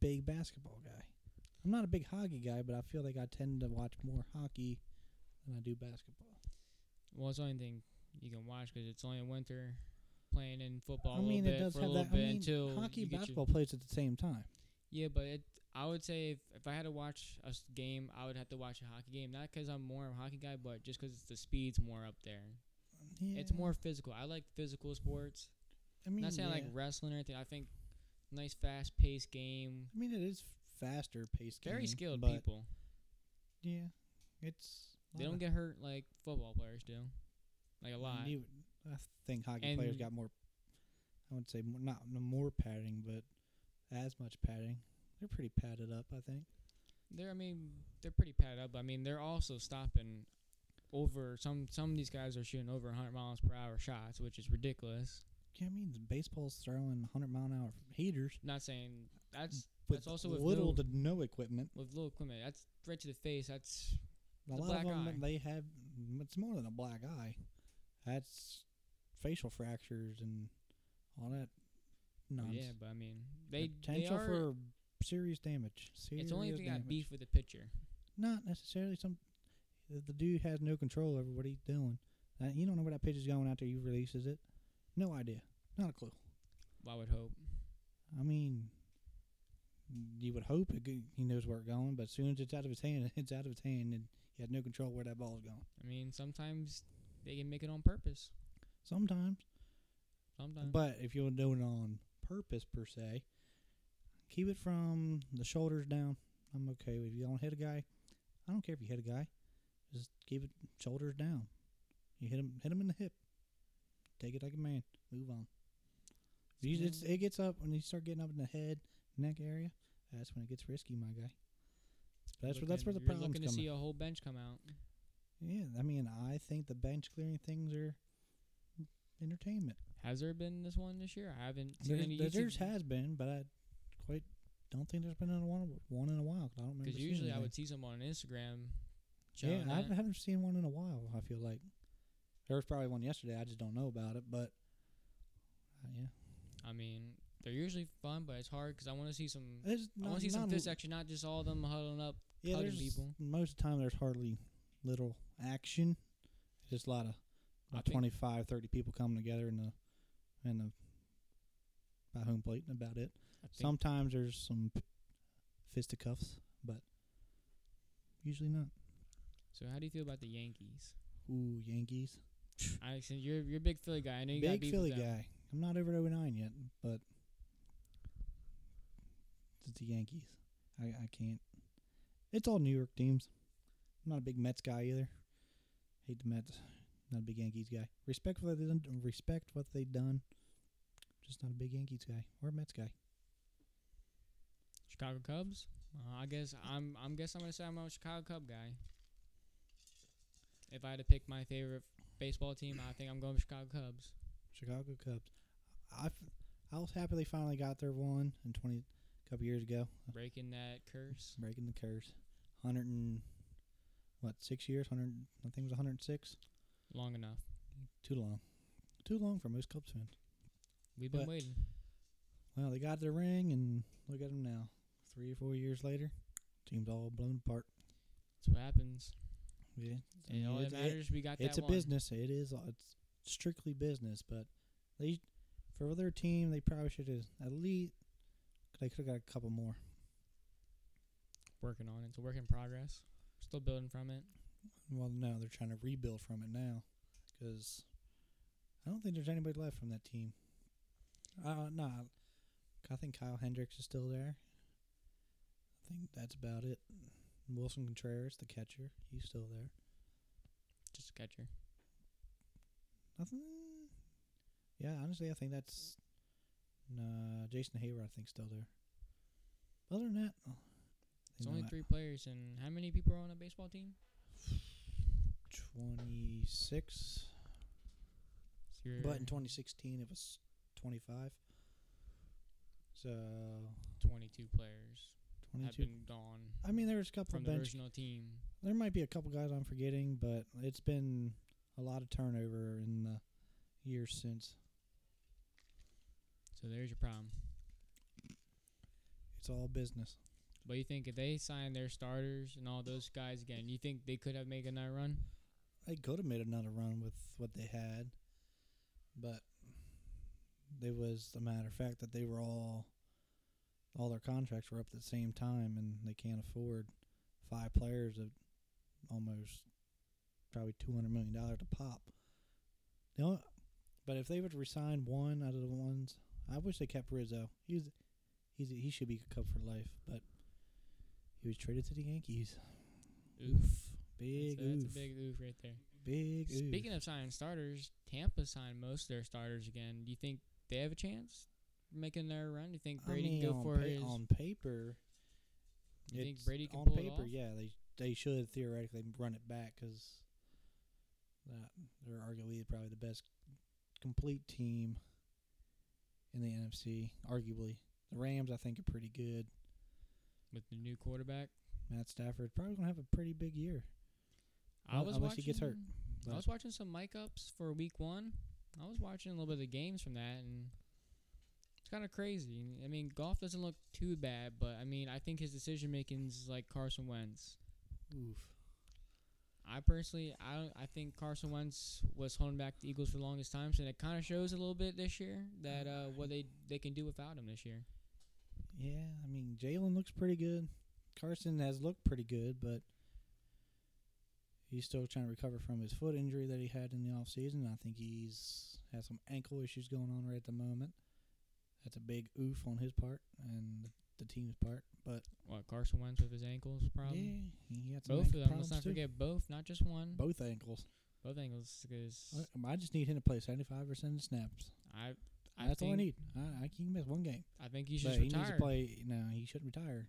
Speaker 3: big basketball guy. I'm not a big hockey guy, but I feel like I tend to watch more hockey than I do basketball.
Speaker 1: Well, it's the only thing you can watch 'cause it's only winter playing in football.
Speaker 3: I
Speaker 1: a
Speaker 3: mean,
Speaker 1: little
Speaker 3: it
Speaker 1: bit
Speaker 3: does
Speaker 1: for a
Speaker 3: have
Speaker 1: little
Speaker 3: that. I
Speaker 1: bit
Speaker 3: mean,
Speaker 1: until
Speaker 3: hockey
Speaker 1: you
Speaker 3: and
Speaker 1: get your-
Speaker 3: basketball plays at the same time.
Speaker 1: yeah, but it, I would say if, if I had to watch a s- game, I would have to watch a hockey game. Not 'cause I'm more of a hockey guy, but just 'cause it's the speed's more up there.
Speaker 3: Yeah,
Speaker 1: It's more physical. I like physical sports.
Speaker 3: I mean,
Speaker 1: not saying I like
Speaker 3: yeah.
Speaker 1: wrestling or anything. I think nice, fast-paced game.
Speaker 3: I mean, it is faster paced.
Speaker 1: Very
Speaker 3: game,
Speaker 1: skilled
Speaker 3: but
Speaker 1: people.
Speaker 3: Yeah, it's
Speaker 1: They don't get hurt like football players do, like a lot.
Speaker 3: You, I think hockey
Speaker 1: And-
Speaker 3: players got more. I would say more, not no more padding, but as much padding. They're pretty padded up, I think.
Speaker 1: They're, I mean, they're pretty padded up. but I mean, they're also stopping over some. Some of these guys are shooting over 100 miles per hour shots, which is ridiculous.
Speaker 3: Yeah, I mean, baseball's throwing 100 mile an hour heaters
Speaker 1: Not saying that's
Speaker 3: with
Speaker 1: that's also with
Speaker 3: little
Speaker 1: no,
Speaker 3: to no equipment.
Speaker 1: with little equipment. That's right to the face. That's
Speaker 3: A
Speaker 1: The
Speaker 3: lot
Speaker 1: black
Speaker 3: of them,
Speaker 1: eye.
Speaker 3: they have. It's more than a black eye. That's facial fractures and all that nonsense.
Speaker 1: yeah. But I mean, they they
Speaker 3: potential
Speaker 1: are.
Speaker 3: for serious damage. Serious
Speaker 1: it's only if they
Speaker 3: damage.
Speaker 1: got beef with the pitcher.
Speaker 3: Not necessarily. Some the the dude has no control over what he's doing. Uh, you don't know where that pitch is going out there. You releases it. No idea. Not a clue.
Speaker 1: I would hope.
Speaker 3: I mean, you would hope it, go- he knows where it's going, but as soon as it's out of his hand, it's out of his hand, and he has no control where that ball's going.
Speaker 1: I mean, sometimes they can make it on purpose.
Speaker 3: Sometimes.
Speaker 1: Sometimes.
Speaker 3: But if you're doing it on purpose per se, keep it from the shoulders down. I'm okay with if you don't hit a guy. I don't care if you hit a guy. Just keep it shoulders down. You hit him, hit him in the hip. Take it like a man. Move on. If you, it's, it gets up when you start getting up in the head, neck area. That's when it gets risky, my guy. That's where that's where the
Speaker 1: Looking- You're
Speaker 3: problems
Speaker 1: looking to
Speaker 3: come.
Speaker 1: see
Speaker 3: in.
Speaker 1: a whole bench come out.
Speaker 3: Yeah, I mean, I think the bench clearing things are entertainment.
Speaker 1: Has there been this one this year? I haven't seen
Speaker 3: There,
Speaker 1: any.
Speaker 3: there-
Speaker 1: YouTube-
Speaker 3: there's has been, but I quite don't think there's been another one one in a while. 'cause I don't remember.
Speaker 1: Because
Speaker 3: seeing
Speaker 1: usually I
Speaker 3: anything.
Speaker 1: would see someone on Instagram. showing
Speaker 3: Yeah, I
Speaker 1: that.
Speaker 3: haven't seen one in a while. I feel like there was probably one yesterday. I just don't know about it, but uh, yeah,
Speaker 1: I mean, they're usually fun, but it's hard because I want to see some.
Speaker 3: there's
Speaker 1: I
Speaker 3: Eh, not,
Speaker 1: want to see some
Speaker 3: not-
Speaker 1: fist action, not just all of them huddling up.
Speaker 3: yeah,
Speaker 1: hugging
Speaker 3: there's-
Speaker 1: people.
Speaker 3: Most of the time, there's hardly little action. Just a lot of
Speaker 1: I
Speaker 3: about
Speaker 1: think-
Speaker 3: 25, 30 people coming together in the in the by home plate, and about it.
Speaker 1: I think,
Speaker 3: Sometimes there's some p- fisticuffs, but usually not.
Speaker 1: so how do you feel about the Yankees?
Speaker 3: Ooh, Yankees.
Speaker 1: I since you're you're a big Philly guy. I know you got
Speaker 3: Big
Speaker 1: beef
Speaker 3: Philly
Speaker 1: with them.
Speaker 3: guy. I'm not over to 09 yet, but it's the Yankees. I, I can't. It's all New York teams. I'm not a big Mets guy either. Hate the Mets. Not a big Yankees guy. Respect what they done. Respect what they done. Just not a big Yankees guy or Mets guy.
Speaker 1: Chicago Cubs. Uh, I guess I'm I'm guess I'm gonna say I'm a Chicago Cub guy. If I had to pick my favorite baseball team, I think I'm going with Chicago Cubs.
Speaker 3: Chicago Cubs. I, f- I was happy they finally got their one in 20 a couple years ago.
Speaker 1: Breaking that curse.
Speaker 3: breaking the curse. Hundred and what? Six years? Hundred? I think it was one hundred six.
Speaker 1: Long enough.
Speaker 3: Too long. Too long for most Cubs fans.
Speaker 1: We've been
Speaker 3: But-
Speaker 1: waiting.
Speaker 3: Well, they got their ring, and look at them now. Three or four years later, team's all blown apart.
Speaker 1: That's what happens.
Speaker 3: Yeah, I
Speaker 1: And
Speaker 3: mean,
Speaker 1: all that
Speaker 3: it's- it-
Speaker 1: matters, we got that
Speaker 3: it's a
Speaker 1: one.
Speaker 3: business. It is. uh, It's strictly business. But they, for their team, they probably should have at least. They could have got a couple more.
Speaker 1: Working on it. It's a work in progress. Still building from it.
Speaker 3: Well, no, they're trying to rebuild from it now because I don't think there's anybody left from that team. Uh, no, I think Kyle Hendricks is still there. I think that's about it. Wilson Contreras, the catcher, he's still there.
Speaker 1: Just a catcher.
Speaker 3: Nothing. Yeah, honestly, I think that's. Nah, Jason Hayward, I think, still there. Other than that, oh,
Speaker 1: It's
Speaker 3: you know
Speaker 1: only
Speaker 3: what,
Speaker 1: three players, and how many people are on a baseball team?
Speaker 3: 26.
Speaker 1: So you're
Speaker 3: But in 2016, it was 25. So
Speaker 1: 22 players have
Speaker 3: 22.
Speaker 1: been gone
Speaker 3: I mean, there was a couple
Speaker 1: from
Speaker 3: of
Speaker 1: the
Speaker 3: bench.
Speaker 1: original team.
Speaker 3: There might be a couple guys I'm forgetting, but it's been a lot of turnover in the years since.
Speaker 1: So there's your problem.
Speaker 3: It's all business.
Speaker 1: But you think if they sign their starters and all those guys again, you think they could have made another run?
Speaker 3: They could have made another run with what they had, but it was a matter of fact that they were all all their contracts were up at the same time, and they can't afford five players of almost probably two hundred million dollars to pop. You know, but if they would resign one out of the ones, I wish they kept Rizzo. He was, he's he should be a Cub for life, but he was traded to the Yankees.
Speaker 1: Oof.
Speaker 3: Big
Speaker 1: that's, a- that's
Speaker 3: oof.
Speaker 1: a big oof right there.
Speaker 3: big oof.
Speaker 1: Speaking of signing starters, Tampa signed most of their starters again. Do you think they have a chance making their run? Do you think Brady
Speaker 3: I mean,
Speaker 1: can go
Speaker 3: on
Speaker 1: for
Speaker 3: pa-
Speaker 1: his?
Speaker 3: on paper.
Speaker 1: You think
Speaker 3: it's-
Speaker 1: Brady can
Speaker 3: on
Speaker 1: pull it
Speaker 3: paper?
Speaker 1: off?
Speaker 3: Yeah, they they should theoretically run it back because they're arguably probably the best complete team in the NFC. Arguably, the Rams I think are pretty good.
Speaker 1: with the new quarterback.
Speaker 3: Matt Stafford probably gonna have a pretty big year.
Speaker 1: I
Speaker 3: Un-
Speaker 1: was
Speaker 3: unless he
Speaker 1: watching,
Speaker 3: gets hurt.
Speaker 1: I was watching some mic ups for week one. I was watching a little bit of the games from that, and it's kind of crazy. I mean, golf doesn't look too bad, but I mean, I think his decision making's like Carson Wentz.
Speaker 3: Oof.
Speaker 1: I personally, I don't. I think Carson Wentz was holding back the Eagles for the longest time, so it kind of shows a little bit this year that uh, what they they can do without him this year.
Speaker 3: Yeah, I mean Jalen looks pretty good. Carson has looked pretty good, but he's still trying to recover from his foot injury that he had in the off season. I think he's has some ankle issues going on right at the moment. That's a big oof on his part and the, the team's part. But
Speaker 1: What Carson Wentz with his ankles problem?
Speaker 3: yeah, he had some
Speaker 1: both of them.
Speaker 3: ankle
Speaker 1: Let's
Speaker 3: problems
Speaker 1: not
Speaker 3: too.
Speaker 1: forget both, not just one.
Speaker 3: both ankles.
Speaker 1: Both ankles, because
Speaker 3: I- I just need him to play seventy five percent of snaps.
Speaker 1: I, I
Speaker 3: That's
Speaker 1: think,
Speaker 3: all I need. I, I can miss one game.
Speaker 1: I think he should
Speaker 3: But
Speaker 1: just
Speaker 3: he
Speaker 1: retire.
Speaker 3: needs to play. No, he shouldn't retire.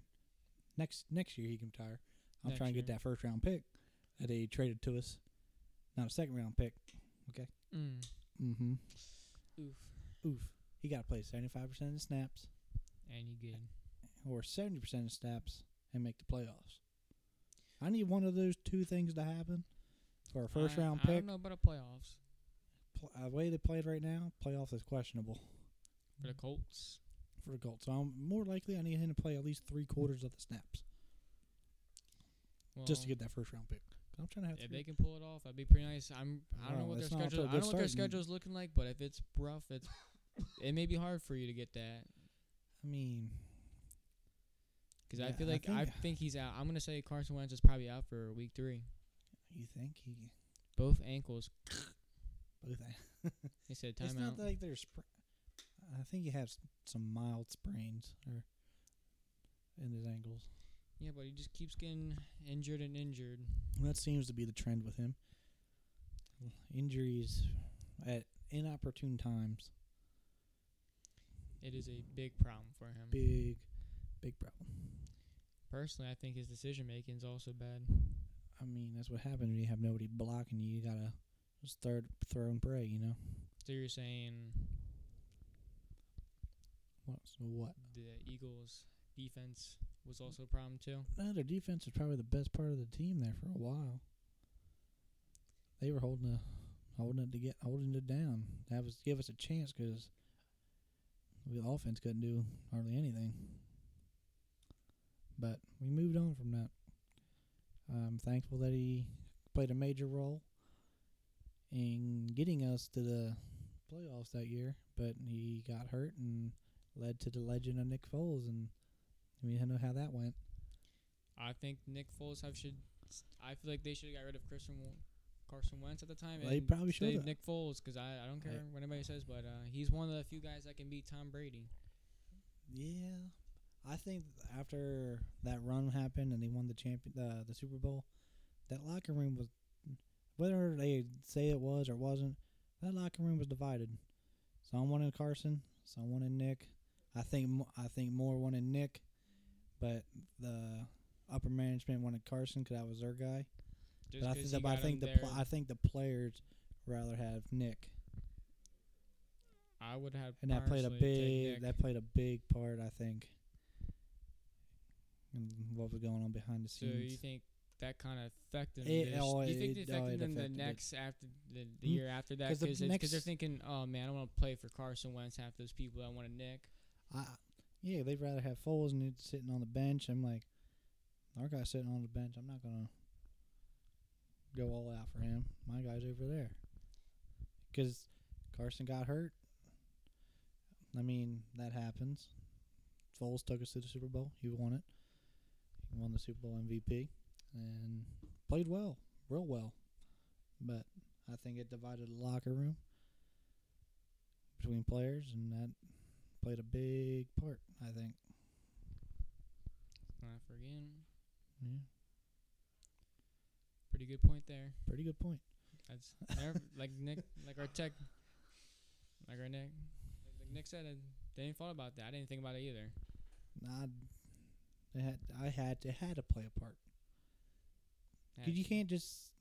Speaker 3: Next next year he can retire. I'm
Speaker 1: Next
Speaker 3: trying to get
Speaker 1: year.
Speaker 3: that first round pick that they traded to us, not a second round pick.
Speaker 1: Mm.
Speaker 3: Mm-hmm.
Speaker 1: Oof.
Speaker 3: Oof. He got to play 75 percent of the snaps
Speaker 1: And you good.
Speaker 3: or 70 percent of the snaps and make the playoffs. I need one of those two things to happen for a first
Speaker 1: I-
Speaker 3: round
Speaker 1: I
Speaker 3: pick.
Speaker 1: don't know about the playoffs
Speaker 3: Pl- uh, the way they played right now, playoffs is questionable
Speaker 1: for the Colts.
Speaker 3: for the Colts. So I'm more likely I need him to play at least three quarters of the snaps
Speaker 1: Well,
Speaker 3: just to get that first round pick. I'm trying to have
Speaker 1: if
Speaker 3: three
Speaker 1: they can pull it off, that'd be pretty nice. I'm. I don't know
Speaker 3: Well,
Speaker 1: what their
Speaker 3: it's not off to
Speaker 1: schedule.
Speaker 3: a
Speaker 1: I don't
Speaker 3: good
Speaker 1: know what their
Speaker 3: start, and-
Speaker 1: schedule's looking like, but if it's rough, it's it may be hard for you to get that.
Speaker 3: I mean,
Speaker 1: Because I
Speaker 3: Yeah,
Speaker 1: feel
Speaker 3: I
Speaker 1: like I think,
Speaker 3: think-
Speaker 1: he's out. I'm gonna say Carson Wentz is probably out for week three.
Speaker 3: you think he?
Speaker 1: Both ankles.
Speaker 3: Both
Speaker 1: They said
Speaker 3: it's
Speaker 1: timeout.
Speaker 3: not like there's. Sp- I think he has some mild sprains or in his ankles.
Speaker 1: yeah, but he just keeps getting injured and injured.
Speaker 3: And that seems to be the trend with him. Injuries at inopportune times,
Speaker 1: It is a big problem for him.
Speaker 3: big, big problem.
Speaker 1: Personally, I think his decision making is also bad.
Speaker 3: I mean, that's what happens when you have nobody blocking you. You gotta just third throw and pray, you know.
Speaker 1: So you're saying
Speaker 3: What? So what?
Speaker 1: the Eagles' defense was also a problem too?
Speaker 3: No, their defense is probably the best part of the team there for a while. They were holding a, holding it to get holding it down. That was give us a chance because the offense couldn't do hardly anything. But we moved on from that. I'm thankful that he played a major role in getting us to the playoffs that year. But he got hurt and led to the legend of Nick Foles, and we know how that went.
Speaker 1: I think Nick Foles have should. I feel like they should have got rid of Christian Wa- Carson Wentz at the time.
Speaker 3: They
Speaker 1: and
Speaker 3: probably
Speaker 1: stayed
Speaker 3: should've.
Speaker 1: Nick Foles because I, I don't
Speaker 3: They-
Speaker 1: care what anybody says, but uh, he's one of the few guys that can beat Tom Brady.
Speaker 3: Yeah, I think after that run happened and they won the champion, uh, the Super Bowl, that locker room was, whether they say it was or wasn't, that locker room was divided. Some wanted Carson, some wanted Nick. I think mo- I think more wanted Nick, but the upper management wanted Carson because that was their guy.
Speaker 1: Just
Speaker 3: But I
Speaker 1: 'cause
Speaker 3: think,
Speaker 1: he
Speaker 3: the, I
Speaker 1: got
Speaker 3: think
Speaker 1: him
Speaker 3: the
Speaker 1: there.
Speaker 3: pl- I think the players rather have Nick,
Speaker 1: I would have
Speaker 3: and that played a
Speaker 1: personally taken
Speaker 3: big
Speaker 1: Nick.
Speaker 3: that played a big part. I think. in what was going on behind the
Speaker 1: So you
Speaker 3: scenes?
Speaker 1: think that kind of affected
Speaker 3: It-
Speaker 1: this?
Speaker 3: oh,
Speaker 1: Do you think
Speaker 3: it-
Speaker 1: it,
Speaker 3: oh,
Speaker 1: affected
Speaker 3: it
Speaker 1: them the
Speaker 3: affected it.
Speaker 1: next after the, the
Speaker 3: Mm.
Speaker 1: year after that?
Speaker 3: 'Cause the
Speaker 1: Because they they're
Speaker 3: next-
Speaker 1: thinking, oh man, I want to play for Carson Wentz. Half those people that want to Nick.
Speaker 3: I, yeah, they'd rather have Foles and it's sitting on the bench. I'm like, our guy's sitting on the bench. I'm not gonna go all out for him. My guy's over there because Carson got hurt. I mean, that happens. Foles took us to the Super Bowl. He won it. He won the Super Bowl MVP and played well, real well. But I think it divided the locker room between players, and that played a big part, I think.
Speaker 1: I forget.
Speaker 3: Yeah.
Speaker 1: Pretty good point there.
Speaker 3: Pretty good point.
Speaker 1: That's never, like Nick, like our tech, like our Nick, like, like Nick said. I didn't thought about that. I didn't think about it either.
Speaker 3: Nah, they had, I had it had to play a part. 'Cause You can't just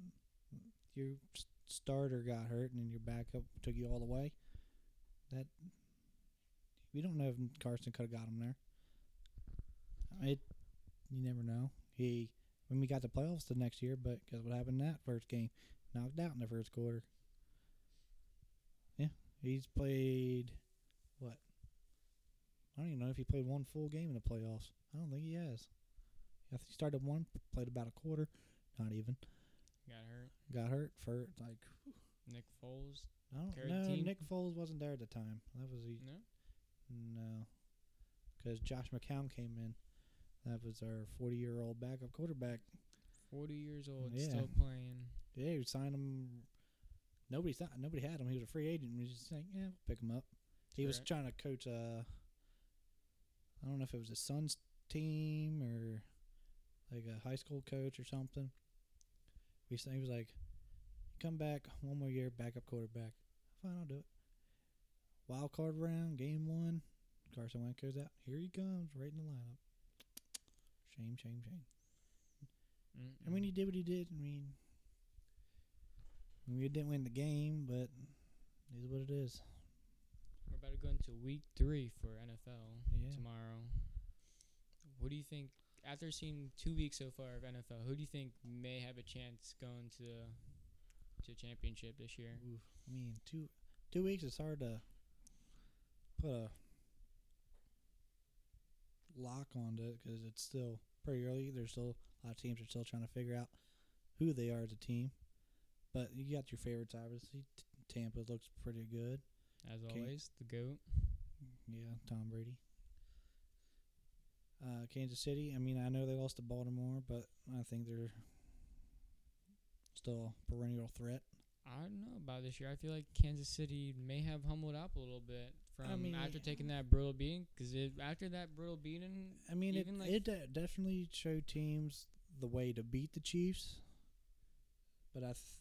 Speaker 3: your s- starter got hurt and then your backup took you all the way. That we don't know if Carson could have got him there. I mean, you never know. He when we got the playoffs the next year, but because what happened in that first game, knocked out in the first quarter. Yeah, he's played what? I don't even know if he played one full game in the playoffs. I don't think he has. I think he started one, played about a quarter, not even
Speaker 1: got hurt.
Speaker 3: got hurt for like
Speaker 1: Nick Foles.
Speaker 3: I don't
Speaker 1: Carried
Speaker 3: know.
Speaker 1: team.
Speaker 3: Nick Foles wasn't there at the time. That was the
Speaker 1: No.
Speaker 3: no, because Josh McCown came in. That was our forty-year-old backup quarterback.
Speaker 1: Forty years old,
Speaker 3: Yeah.
Speaker 1: still playing.
Speaker 3: Yeah, we signed him. Nobody signed. Nobody had him. He was a free agent. We just think, yeah, we'll pick him up. He was
Speaker 1: Correct.
Speaker 3: trying to coach. Uh, I don't know if it was a Suns team or like a high school coach or something. We s- he was like, "Come back one more year, backup quarterback." Fine, I'll do it. Wild card round, game one. Carson Wentz goes out. Here he comes, right in the lineup. Shame, shame, shame. I mean, he did what he did. I mean, we didn't win the game, but it is what it is.
Speaker 1: we're about to go into week three for NFL
Speaker 3: Yeah.
Speaker 1: tomorrow. What do you think? After seeing two weeks so far of NFL, who do you think may have a chance going to to championship this year?
Speaker 3: Oof. I mean, two two weeks. It's hard to put a lock onto it because it's still pretty early. There's still a lot of teams are still trying to figure out who they are as a team. But you got your favorites, obviously. T- Tampa looks pretty good.
Speaker 1: As
Speaker 3: Okay.
Speaker 1: always, the goat.
Speaker 3: Yeah, Tom Brady. Uh, Kansas City. I mean, I know they lost to Baltimore, but I think they're still a perennial threat.
Speaker 1: I don't know about this year. I feel like Kansas City may have humbled up a little bit from
Speaker 3: mean-
Speaker 1: after taking that brutal beating. Because after that brutal beating,
Speaker 3: I mean,
Speaker 1: Even,
Speaker 3: it,
Speaker 1: like-
Speaker 3: it de- definitely showed teams the way to beat the Chiefs, but I th-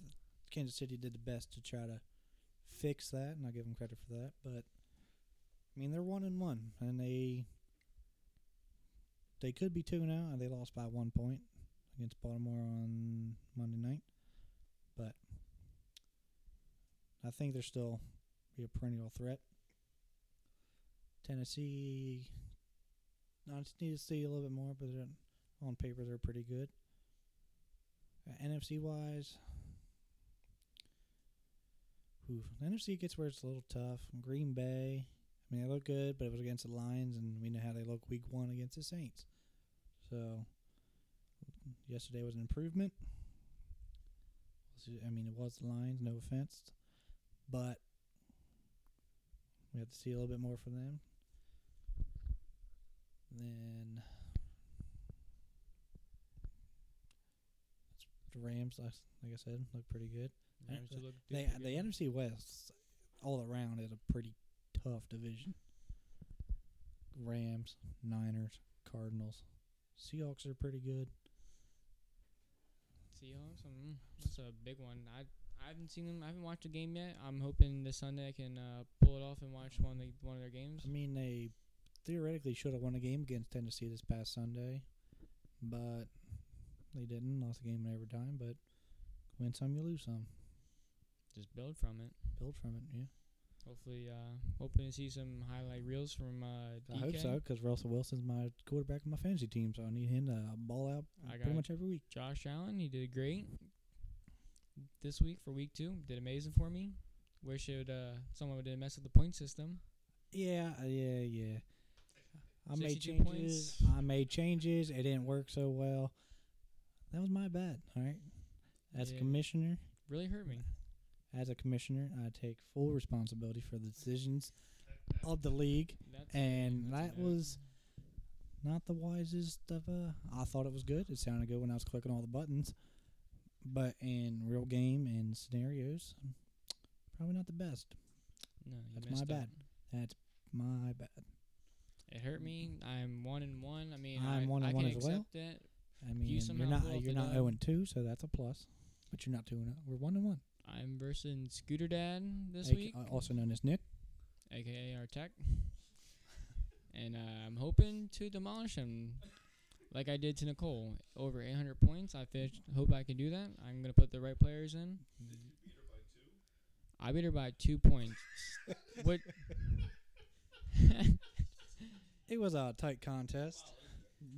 Speaker 3: Kansas City did the best to try to fix that, and I give them credit for that. But I mean, they're one and one, and they they could be two now, and they lost by one point against Baltimore on Monday night. But I think they're still be a perennial threat. Tennessee I just need to see a little bit more, but they're, on paper they're pretty good. Uh, NFC wise, whew, the NFC gets where it's a little tough. Green Bay, I mean they look good, but it was against the Lions, and we know how they look week one against the Saints. So yesterday was an improvement. Was it- I mean it was the Lions, no offense, but we have to see a little bit more from them. Then the Rams, like like I said, look pretty good. Uh,
Speaker 1: Rams look
Speaker 3: They,
Speaker 1: pretty
Speaker 3: the
Speaker 1: good.
Speaker 3: NFC West, all around, is a pretty tough division. Rams, Niners, Cardinals, Seahawks are pretty good.
Speaker 1: Seahawks. Mm, that's a big one. I I haven't seen them. I haven't watched a game yet. I'm hoping this Sunday I can uh, pull it off and watch one of the, one of their games.
Speaker 3: I mean, they theoretically should have won a game against Tennessee this past Sunday, but they didn't. Lost the game in overtime, but win some, you lose some.
Speaker 1: Just build from it.
Speaker 3: Build from it, yeah.
Speaker 1: Hopefully, uh, hoping to see some highlight reels from uh, DK.
Speaker 3: I hope so because Russell Wilson's my quarterback of my fantasy team, so I need him to ball out
Speaker 1: I got
Speaker 3: pretty much every week.
Speaker 1: Josh Allen. He did great this week for week two. Did amazing for me. Wish it uh, someone didn't mess with the point system.
Speaker 3: Yeah, uh, yeah, yeah. I made
Speaker 1: 62
Speaker 3: changes.
Speaker 1: points.
Speaker 3: I made changes. It didn't work so well. That was my bad. All right. As
Speaker 1: Yeah.
Speaker 3: a commissioner,
Speaker 1: Really hurt me.
Speaker 3: as a commissioner, I take full responsibility for the decisions of the league,
Speaker 1: That's
Speaker 3: and
Speaker 1: that's
Speaker 3: that
Speaker 1: a no.
Speaker 3: was not the wisest of. Uh, I thought it was good. It sounded good when I was clicking all the buttons, but in real game and scenarios, probably not the best.
Speaker 1: no, you
Speaker 3: that's my
Speaker 1: messed up.
Speaker 3: bad. That's my bad.
Speaker 1: It hurt me. I'm one and one. I mean,
Speaker 3: I'm
Speaker 1: I,
Speaker 3: one and
Speaker 1: I
Speaker 3: one
Speaker 1: can
Speaker 3: as well.
Speaker 1: accept That.
Speaker 3: I mean, you are
Speaker 1: somehow
Speaker 3: not
Speaker 1: pulled
Speaker 3: you're
Speaker 1: it
Speaker 3: not
Speaker 1: up.
Speaker 3: zero and two, so that's a plus. But you're not two and oh. We're one and one.
Speaker 1: I'm versing Scooter Dad this
Speaker 3: Aka-
Speaker 1: week,
Speaker 3: uh, also known as Nick.
Speaker 1: aka our tech, and uh, I'm hoping to demolish him, like I did to Nicole. Over 800 points. I fish, hope I can do that. I'm gonna put the right players in. I beat her by two points. what?
Speaker 3: It was a tight contest.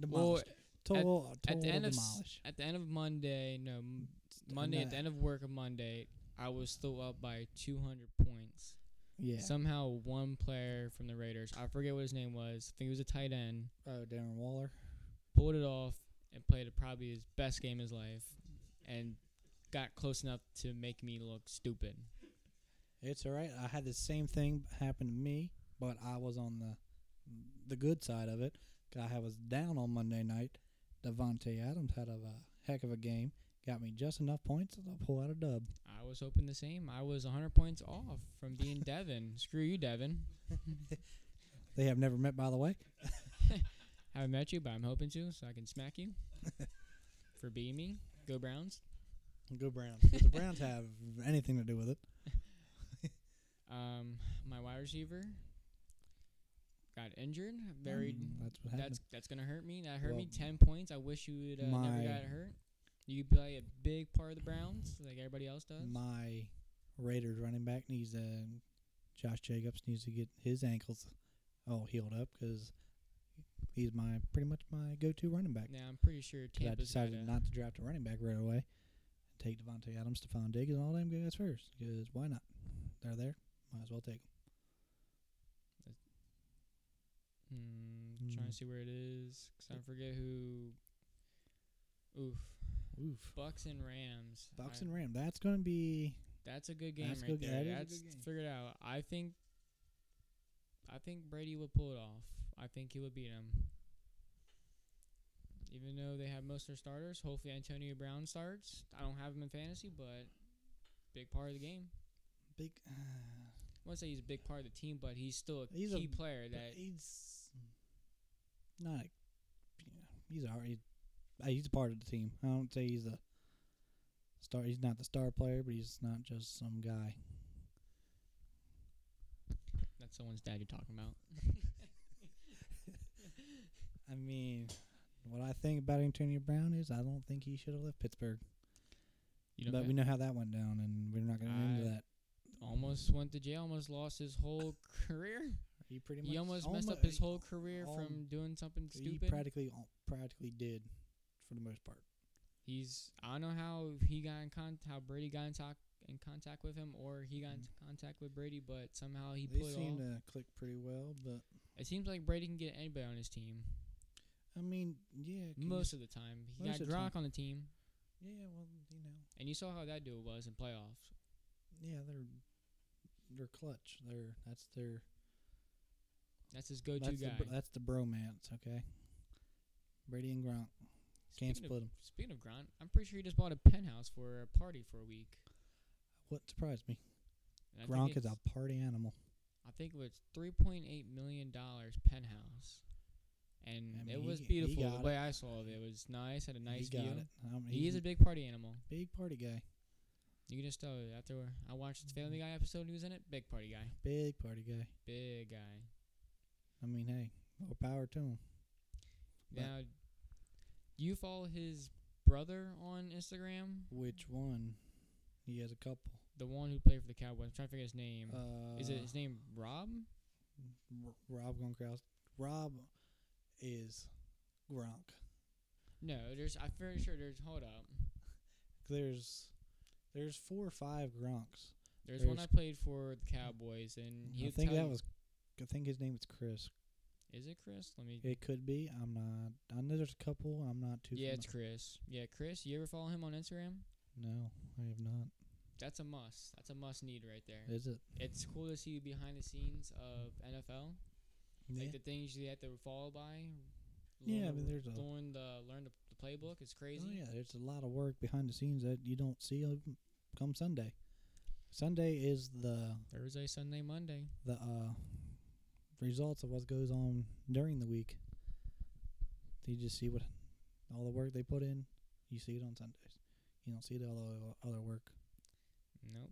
Speaker 1: Well,
Speaker 3: Demolished. total,
Speaker 1: at the
Speaker 3: total
Speaker 1: end of s-
Speaker 3: demolish.
Speaker 1: at the end of Monday, no, m- Monday at the end of work of Monday, I was still up by 200 points.
Speaker 3: yeah.
Speaker 1: Somehow, one player from the Raiders, I forget what his name was, I think it was a tight end,
Speaker 3: oh, Darren Waller.
Speaker 1: pulled it off and played probably his best game of his life, and got close enough to make me look stupid.
Speaker 3: It's all right. I had the same thing happen to me, but I was on the the good side of it. 'Cause I was down on Monday night. Devontae Adams had a, a heck of a game. Got me just enough points to pull out a dub.
Speaker 1: I was hoping the same. I was 100 points off from being Devin. Screw you, Devin.
Speaker 3: They have never met, by the way.
Speaker 1: Haven't met you, but I'm hoping to, so I can smack you for being me. Go Browns.
Speaker 3: Go Browns. 'Cause the Browns have anything to do with it.
Speaker 1: Um, my wide receiver got injured. Very.
Speaker 3: Mm, that's what happened.
Speaker 1: that's that's gonna hurt me. That hurt me
Speaker 3: Well,
Speaker 1: ten points. I wish you would uh,
Speaker 3: my-
Speaker 1: never got hurt. You play a big part of the Browns, like everybody else does.
Speaker 3: my Raiders running back needs to, Josh Jacobs needs to get his ankles all healed up because he's my pretty much my go-to running back.
Speaker 1: Now I'm pretty sure
Speaker 3: 'Cause I
Speaker 1: Tampa's
Speaker 3: decided
Speaker 1: gonna-
Speaker 3: not to draft a running back right away. Take Devontae Adams, Stephon Diggs, and all them guys first because why not? They're there. Might as well take 'em.
Speaker 1: Hmm, Trying
Speaker 3: Hmm.
Speaker 1: to see where it is, 'cause I forget who. Oof,
Speaker 3: Oof.
Speaker 1: Bucks and Rams.
Speaker 3: Bucks
Speaker 1: I-
Speaker 3: and Ram. That's going to be
Speaker 1: That's a good game
Speaker 3: That's
Speaker 1: right
Speaker 3: good-
Speaker 1: there.
Speaker 3: that is a
Speaker 1: That's
Speaker 3: good game.
Speaker 1: figured out. I think. I think Brady would pull it off. I think he would beat him. Even though they have most of their starters, hopefully Antonio Brown starts. I don't have him in fantasy, but big part of the game.
Speaker 3: big. Uh,
Speaker 1: I won't say he's a big part of the team, but he's still a
Speaker 3: He's a
Speaker 1: key player.
Speaker 3: but
Speaker 1: That
Speaker 3: he's not. He's already. He's a part of the team. I don't say he's a star. He's not the star player, but he's not just some guy.
Speaker 1: that's someone's dad you're talking about.
Speaker 3: I mean, what I think about Antonio Brown is I don't think he should have left Pittsburgh.
Speaker 1: You know,
Speaker 3: but
Speaker 1: that
Speaker 3: we know how that went down, and we're not going to get into
Speaker 1: I-
Speaker 3: that.
Speaker 1: almost went to jail. Almost lost his whole career.
Speaker 3: He pretty
Speaker 1: He almost messed up his whole career
Speaker 3: alm-
Speaker 1: from doing something
Speaker 3: He
Speaker 1: stupid.
Speaker 3: practically al- practically did, for the most part.
Speaker 1: He's I don't know how he got in con- how Brady got in, talk- in contact with him or he got in contact with Brady, but somehow he
Speaker 3: they
Speaker 1: put
Speaker 3: seem
Speaker 1: all.
Speaker 3: to click pretty well, but
Speaker 1: It seems like Brady can get anybody on his team
Speaker 3: I mean, yeah, can you
Speaker 1: most of the time. He
Speaker 3: most
Speaker 1: got
Speaker 3: of the time.
Speaker 1: Gronk on the team,
Speaker 3: Yeah, well, you know,
Speaker 1: and you saw how that dude was in playoffs.
Speaker 3: yeah, they're they're clutch. They're that's their
Speaker 1: That's his go-to
Speaker 3: that's the,
Speaker 1: guy.
Speaker 3: br- that's the bromance. Okay, Brady and Gronk
Speaker 1: Speaking
Speaker 3: can't split
Speaker 1: of,
Speaker 3: them.
Speaker 1: Speaking of Gronk, I'm pretty sure he just bought a penthouse for a party for a week.
Speaker 3: What surprised me,
Speaker 1: And I think
Speaker 3: Gronk is
Speaker 1: it's-
Speaker 3: a party animal.
Speaker 1: I think it was 3.8 million dollars penthouse. And
Speaker 3: I
Speaker 1: it
Speaker 3: mean,
Speaker 1: was
Speaker 3: he- he
Speaker 1: beautiful the
Speaker 3: got
Speaker 1: way I saw it. It was nice, had a nice
Speaker 3: he got
Speaker 1: view.
Speaker 3: it. Um,
Speaker 1: He
Speaker 3: he's
Speaker 1: is a
Speaker 3: a
Speaker 1: big party animal.
Speaker 3: big party guy.
Speaker 1: You can just tell after I watched the Family Guy episode and he was in it. Big party guy.
Speaker 3: Big party guy.
Speaker 1: Big guy.
Speaker 3: I mean, hey, more power to him. But-
Speaker 1: Now, do you follow his brother on Instagram?
Speaker 3: Which one? He has a couple.
Speaker 1: The one who played for the Cowboys. I'm trying to figure his name.
Speaker 3: Uh,
Speaker 1: is it his name Rob?
Speaker 3: R- Rob Gronkowski? Rob is Gronk.
Speaker 1: No, there's. I'm pretty sure there's. Hold up.
Speaker 3: There's there's four or five Gronks.
Speaker 1: There's, one I
Speaker 3: There's-
Speaker 1: played for the Cowboys, and he
Speaker 3: I
Speaker 1: would
Speaker 3: think
Speaker 1: tell
Speaker 3: that
Speaker 1: you-
Speaker 3: was. I think his name is Chris.
Speaker 1: Is it Chris? Let me.
Speaker 3: It could be. I'm not. I know there's a couple. I'm not too.
Speaker 1: yeah, it's
Speaker 3: fami-
Speaker 1: Chris. Yeah, Chris. You ever follow him on Instagram?
Speaker 3: no, I have not.
Speaker 1: That's a must. That's a must need right there.
Speaker 3: Is it?
Speaker 1: It's cool to see behind the scenes of NFL.
Speaker 3: Yeah.
Speaker 1: like the things you have to follow by.
Speaker 3: Yeah, I
Speaker 1: learn
Speaker 3: mean,
Speaker 1: the-
Speaker 3: there's a-
Speaker 1: learn the learn the, the playbook. It's crazy.
Speaker 3: Oh yeah, there's a lot of work behind the scenes that you don't see uh, come Sunday. Sunday is the
Speaker 1: Thursday, Sunday, Monday.
Speaker 3: the uh, results of what goes on during the week. You just see what all the work they put in. You see it on Sundays. You don't see it all the other work.
Speaker 1: Nope.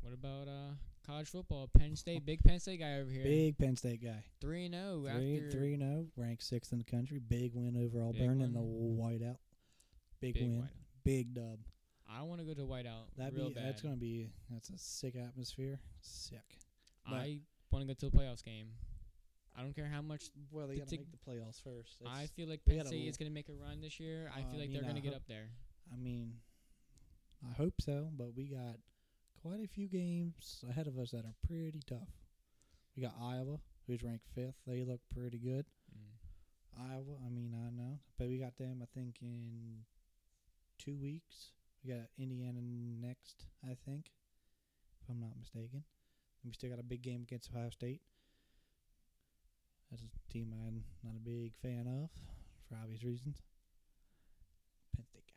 Speaker 1: What about uh college football? Penn State, big Penn State guy over here.
Speaker 3: Big Penn State guy.
Speaker 1: Three and zero
Speaker 3: Three,
Speaker 1: after
Speaker 3: three and oh, ranked sixth in the country. Big win over
Speaker 1: Big
Speaker 3: Auburn in the
Speaker 1: one.
Speaker 3: whiteout. Big,
Speaker 1: big
Speaker 3: win,
Speaker 1: whiteout.
Speaker 3: big dub.
Speaker 1: I want to go to whiteout
Speaker 3: That
Speaker 1: real
Speaker 3: be
Speaker 1: bad.
Speaker 3: that's gonna be that's a sick atmosphere. Sick. but-
Speaker 1: I want to go to a playoffs game. I don't care how much.
Speaker 3: Well, they
Speaker 1: The
Speaker 3: gotta
Speaker 1: tick-
Speaker 3: make the playoffs first.
Speaker 1: I
Speaker 3: That's-
Speaker 1: feel like
Speaker 3: they
Speaker 1: Penn
Speaker 3: gotta
Speaker 1: State
Speaker 3: l- Uh,
Speaker 1: is going to make a run this year. I
Speaker 3: Well,
Speaker 1: feel
Speaker 3: I
Speaker 1: like
Speaker 3: mean,
Speaker 1: they're
Speaker 3: I
Speaker 1: going to get
Speaker 3: hope-
Speaker 1: up there.
Speaker 3: I mean, I hope so, but we got quite a few games ahead of us that are pretty tough. We got Iowa, who's ranked fifth. They look pretty good.
Speaker 1: Mm.
Speaker 3: Iowa, I mean, I know, but we got them. I think in two weeks we got Indiana next. I think, if I'm not mistaken. And we still got a big game against Ohio State. That's a team I'm not a big fan of, for obvious reasons. Penn State guy,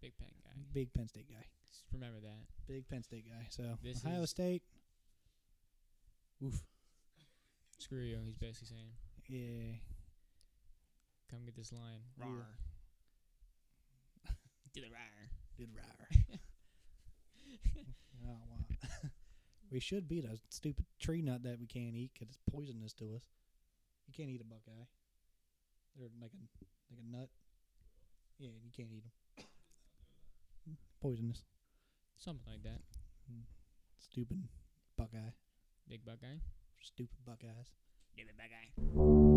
Speaker 1: Big Penn guy.
Speaker 3: big Penn State guy,
Speaker 1: Just remember that.
Speaker 3: big Penn State guy. So
Speaker 1: This
Speaker 3: Ohio
Speaker 1: is-
Speaker 3: State, oof,
Speaker 1: Screw you. He's basically saying,
Speaker 3: yeah,
Speaker 1: "Come get this lion."
Speaker 3: Yeah.
Speaker 1: Rawr. Do the rawr.
Speaker 3: did rar. I don't want- we should beat a stupid tree nut that we can't eat 'cause it's poisonous to us. You can't eat a buckeye. They're like a like a nut. Yeah, you can't eat them. Poisonous.
Speaker 1: Something like that.
Speaker 3: Stupid buckeye.
Speaker 1: Big buck eh? guy.
Speaker 3: Stupid buckeyes.
Speaker 1: Do the buck guy.